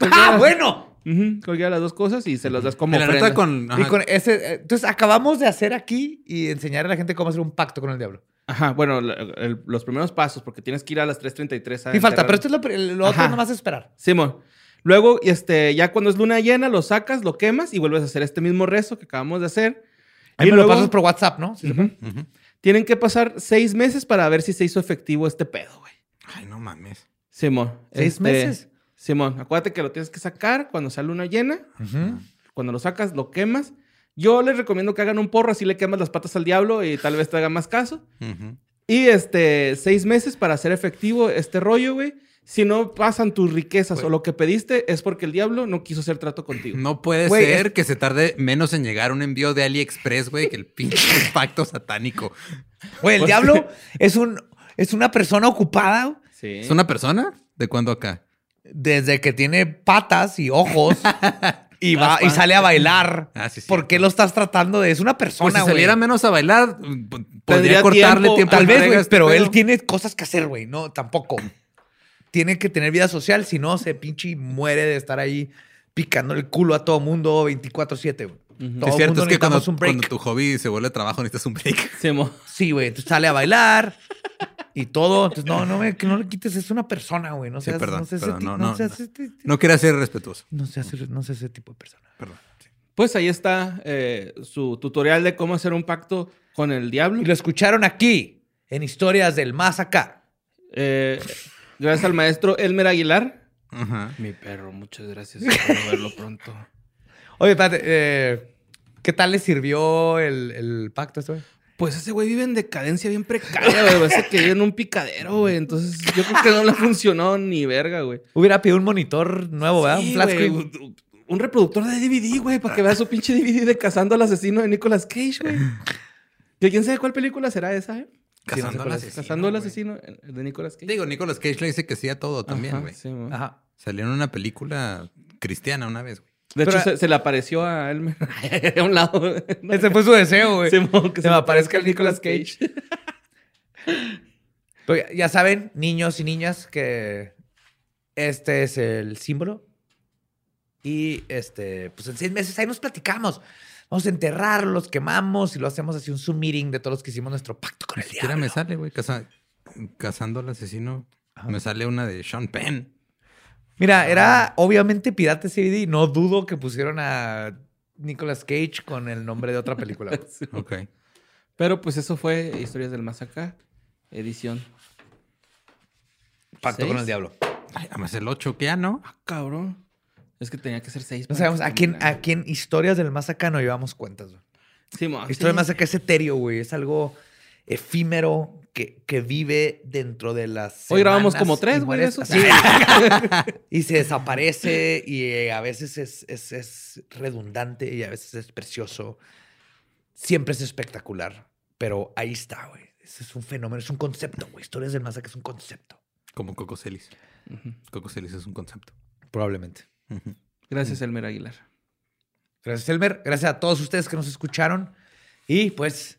Speaker 3: ¡Ah, bueno!
Speaker 6: Ujú, cualquiera de las dos cosas y se las das como
Speaker 8: Mira, la neta,
Speaker 6: ofrenda.
Speaker 8: con,
Speaker 3: Y
Speaker 8: ajá,
Speaker 3: con ese, eh, entonces, acabamos de hacer aquí y enseñar a la gente cómo hacer un pacto con el diablo.
Speaker 6: Ajá, bueno, la- el- los primeros pasos, porque tienes que ir a las 3.33
Speaker 8: Ah,
Speaker 6: a
Speaker 3: Y falta, pero
Speaker 6: enterrarlo.
Speaker 3: esto es lo, pri- lo otro
Speaker 6: Ajá.
Speaker 3: nomás es esperar.
Speaker 6: Simón. Luego, este, ya cuando es luna llena, lo sacas, lo quemas y vuelves a hacer este mismo rezo que acabamos de hacer.
Speaker 3: Ahí
Speaker 6: y
Speaker 3: me
Speaker 6: luego,
Speaker 3: lo pasas por WhatsApp, ¿no? Sí,
Speaker 6: Ujú.
Speaker 8: Ujú.
Speaker 6: Tienen que pasar seis meses para ver si se hizo efectivo este pedo, güey.
Speaker 8: Ay, no mames.
Speaker 6: Simón.
Speaker 3: ¿Seis
Speaker 6: este,
Speaker 3: meses?
Speaker 6: Simón, acuérdate que lo tienes que sacar cuando sea luna llena.
Speaker 3: Ujú.
Speaker 6: Cuando lo sacas, lo quemas. Yo les recomiendo que hagan un porro, así le quemas las patas al diablo y tal vez te haga más caso.
Speaker 8: Ujú.
Speaker 6: Y este, seis meses para hacer efectivo este rollo, güey. Si no pasan tus riquezas o lo que pediste, es porque el diablo Pues no quiso hacer trato contigo.
Speaker 8: No puede
Speaker 3: Güey,
Speaker 8: ser que se tarde menos en llegar un envío de AliExpress, güey, que el pinche pacto satánico. Pues
Speaker 3: Güey, el diablo es, un, es una persona ocupada
Speaker 6: Sí.
Speaker 8: ¿Es una persona? ¿De cuándo acá?
Speaker 3: desde que tiene patas y
Speaker 8: (laughs)
Speaker 3: ojos y, va, y sale a bailar.
Speaker 8: Ah, sí, sí.
Speaker 3: ¿Por qué lo estás tratando de...? Es una
Speaker 8: Pues
Speaker 3: persona,
Speaker 8: si
Speaker 3: güey.
Speaker 8: saliera menos a bailar, p- podría
Speaker 6: Tendría
Speaker 8: cortarle
Speaker 6: tiempo.
Speaker 8: tiempo.
Speaker 3: Tal
Speaker 8: de
Speaker 3: vez,
Speaker 8: entrega a
Speaker 3: güey,
Speaker 8: este
Speaker 3: pero él
Speaker 8: pedo.
Speaker 3: tiene cosas que hacer, güey. No, tampoco. Tiene que tener vida social, si no se pinche y muere de estar ahí picando el culo a todo mundo 24-7, güey. Todo
Speaker 8: Es cierto,
Speaker 3: mundo
Speaker 8: es que cuando,
Speaker 3: necesitamos un break.
Speaker 8: cuando tu hobby se vuelve trabajo necesitas un break. (laughs)
Speaker 6: Simón.
Speaker 3: Sí, güey. Entonces sale a bailar y todo. Entonces, no, no, me, que no le quites. Es una persona, güey. No
Speaker 8: Sí,
Speaker 3: seas,
Speaker 8: perdón,
Speaker 3: no seas
Speaker 8: perdón,
Speaker 3: ese ti-
Speaker 8: no,
Speaker 3: no
Speaker 8: no,
Speaker 3: seas
Speaker 8: no.
Speaker 3: este-
Speaker 8: No quería ser respetuoso.
Speaker 3: no seas- no seas ese tipo de persona.
Speaker 8: Perdón. Sí.
Speaker 6: Pues ahí está eh, su tutorial de cómo hacer un pacto con el diablo.
Speaker 3: Y lo escucharon aquí, en Historias del Más Acá.
Speaker 6: Eh, gracias al maestro Elmer Aguilar.
Speaker 8: Ajá.
Speaker 6: Mi perro, muchas gracias. Espero verlo pronto.
Speaker 3: Oye, espérate, eh, ¿qué tal le sirvió el, el pacto a este güey?
Speaker 6: Pues ese güey vive en decadencia bien precaria, güey. Parece que vive en un picadero, güey. Entonces yo creo que no le funcionó ni verga, güey.
Speaker 3: Hubiera pedido un monitor nuevo, ¿verdad?
Speaker 6: Sí,
Speaker 3: un flat
Speaker 6: güey,
Speaker 3: screen.
Speaker 6: un- Un reproductor de DVD, güey, para que vea su pinche DVD de Cazando al Asesino de Nicolas Cage, güey. Que quién sabe cuál película será esa, ¿eh? Sí, no sé
Speaker 8: Cazando al
Speaker 6: cuál es.
Speaker 8: asesino,
Speaker 6: Cazando al
Speaker 8: güey.
Speaker 6: Asesino eh, de Nicolas Cage.
Speaker 8: Digo, Nicolas Cage le dice que sí a todo también,
Speaker 6: Ajá,
Speaker 8: güey.
Speaker 6: sí, güey.
Speaker 3: Ajá.
Speaker 8: Salió en una película cristiana una vez, güey.
Speaker 6: De
Speaker 3: Pero-
Speaker 6: hecho, se, se le apareció a Elmer (laughs) a un lado.
Speaker 3: Ese fue su deseo, güey.
Speaker 6: Simón, que
Speaker 3: se me aparezca el Nicolas
Speaker 6: Nicolas
Speaker 3: Cage. Pero ya- ya saben, niños y niñas, que este es el símbolo. Y este, pues en seis meses ahí nos platicamos. Vamos a enterrarlo, los quemamos y lo hacemos así un Zoom meeting de todos los que hicimos nuestro pacto con el
Speaker 8: Siquiera
Speaker 3: diablo.
Speaker 8: me sale, güey. caza- cazando al asesino. Me sale una de Sean Penn.
Speaker 3: Mira, era obviamente Pirate CBD. No dudo que pusieron a Nicolas Cage con el nombre de otra (laughs) película.
Speaker 6: (laughs)
Speaker 3: güey.
Speaker 8: Ok.
Speaker 6: Pero pues eso fue Historias del Más Acá, edición.
Speaker 3: Pacto con
Speaker 6: ¿Seis?
Speaker 3: el diablo.
Speaker 8: Ay, además el 8, que ya no.
Speaker 6: Ah, cabrón. Es que tenía que ser seis.
Speaker 3: No
Speaker 6: para
Speaker 3: sabemos
Speaker 6: que
Speaker 3: a quién,
Speaker 6: terminara.
Speaker 3: a quién historias del más acá no llevamos cuentas. güey.
Speaker 6: Sí, mo-
Speaker 3: Historia
Speaker 6: Ah, sí.
Speaker 3: más acá es etéreo, güey. Es algo efímero que, que vive dentro de las.
Speaker 6: Hoy grabamos
Speaker 3: semanas
Speaker 6: como tres,
Speaker 3: y
Speaker 6: güey,
Speaker 3: mueres-
Speaker 6: de esos.
Speaker 3: Sí.
Speaker 6: (laughs)
Speaker 3: y se desaparece y eh, a veces es, es- es redundante y a veces es precioso. Siempre es espectacular, pero ahí está, güey. Ese es un fenómeno, es un concepto, güey. Historias del más acá es un concepto.
Speaker 8: Como Coco Celis.
Speaker 6: Ujú.
Speaker 8: Coco Celis es un concepto.
Speaker 3: Probablemente.
Speaker 8: Ujú.
Speaker 6: Gracias,
Speaker 3: Mm.
Speaker 6: Elmer Aguilar.
Speaker 3: Gracias, Elmer. Gracias a todos ustedes que nos escucharon. Y pues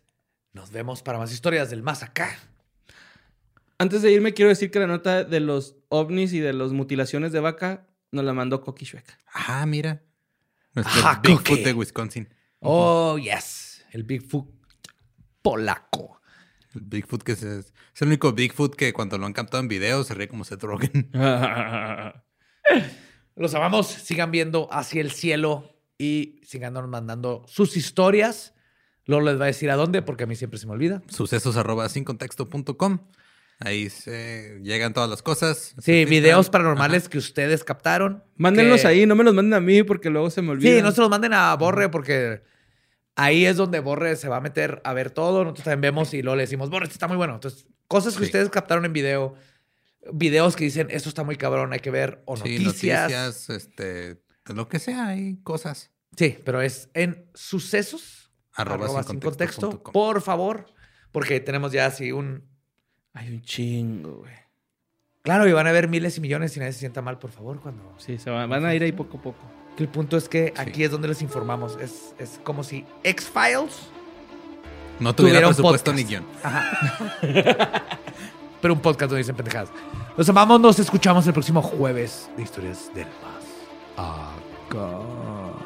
Speaker 3: nos vemos para más historias del más acá.
Speaker 6: Antes de irme, quiero decir que la nota de los ovnis y de las mutilaciones de vaca nos la mandó
Speaker 3: (laughs)
Speaker 6: Coqui Shueca.
Speaker 8: Ah, mira. Nuestro
Speaker 3: Ajá,
Speaker 8: Bigfoot
Speaker 3: Coque.
Speaker 8: de Wisconsin.
Speaker 3: Oh, yes. El Bigfoot polaco.
Speaker 8: El Bigfoot que se- es el único Bigfoot que cuando lo han captado en video se ríe como Seth (laughs) Rogen.
Speaker 3: Los amamos. Sigan viendo hacia el cielo y sigan mandando sus historias. Lolo les va a decir a dónde, porque a mí siempre se me olvida.
Speaker 8: Sucesos arroba sin contexto punto com. Ahí se llegan todas las cosas. se
Speaker 3: Sí,
Speaker 8: filtran.
Speaker 3: videos paranormales que ustedes captaron.
Speaker 6: Mándenlos
Speaker 3: que-
Speaker 6: ahí, no me los manden a mí porque luego se me olvida.
Speaker 3: Sí, no se los manden a Borre porque ahí es donde Borre se va a meter a ver todo. Nosotros también vemos y luego le decimos, Borre, esto está muy bueno. Entonces, cosas que
Speaker 8: Sí.
Speaker 3: ustedes captaron en video, videos que dicen, esto está muy cabrón, hay que ver, o
Speaker 8: Sí,
Speaker 3: noticias.
Speaker 8: noticias, este, lo que sea, hay cosas.
Speaker 3: Sí, pero es en sucesos, arroba, sin contexto,
Speaker 8: punto com.
Speaker 3: por favor, porque tenemos ya así un...
Speaker 6: Hay un chingo, güey.
Speaker 3: Claro, y van a haber miles y millones y nadie se sienta mal, por favor, cuando...
Speaker 6: Sí, se van, van a ir ahí poco a poco.
Speaker 3: Que El punto es que
Speaker 8: Sí.
Speaker 3: aquí es donde les informamos. Es, es como si X-Files,
Speaker 8: No tuviera
Speaker 3: Tuvieron
Speaker 8: presupuesto
Speaker 3: podcast.
Speaker 8: ni guión.
Speaker 3: pero un podcast donde dicen pendejadas. Los amamos, nos escuchamos el próximo jueves de Historias del Ah, Más.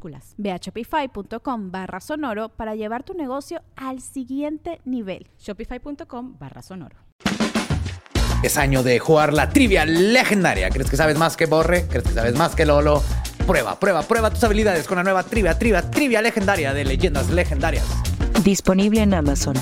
Speaker 1: Ve a shopify.com barra sonoro para llevar tu negocio al siguiente nivel.
Speaker 2: Shopify.com barra sonoro.
Speaker 3: Es año de jugar la trivia legendaria. ¿Crees que sabes más que Borre? ¿Crees que sabes más que Lolo? Prueba, prueba, prueba tus habilidades con la nueva trivia, trivia, trivia legendaria de leyendas legendarias.
Speaker 4: Disponible en Amazon.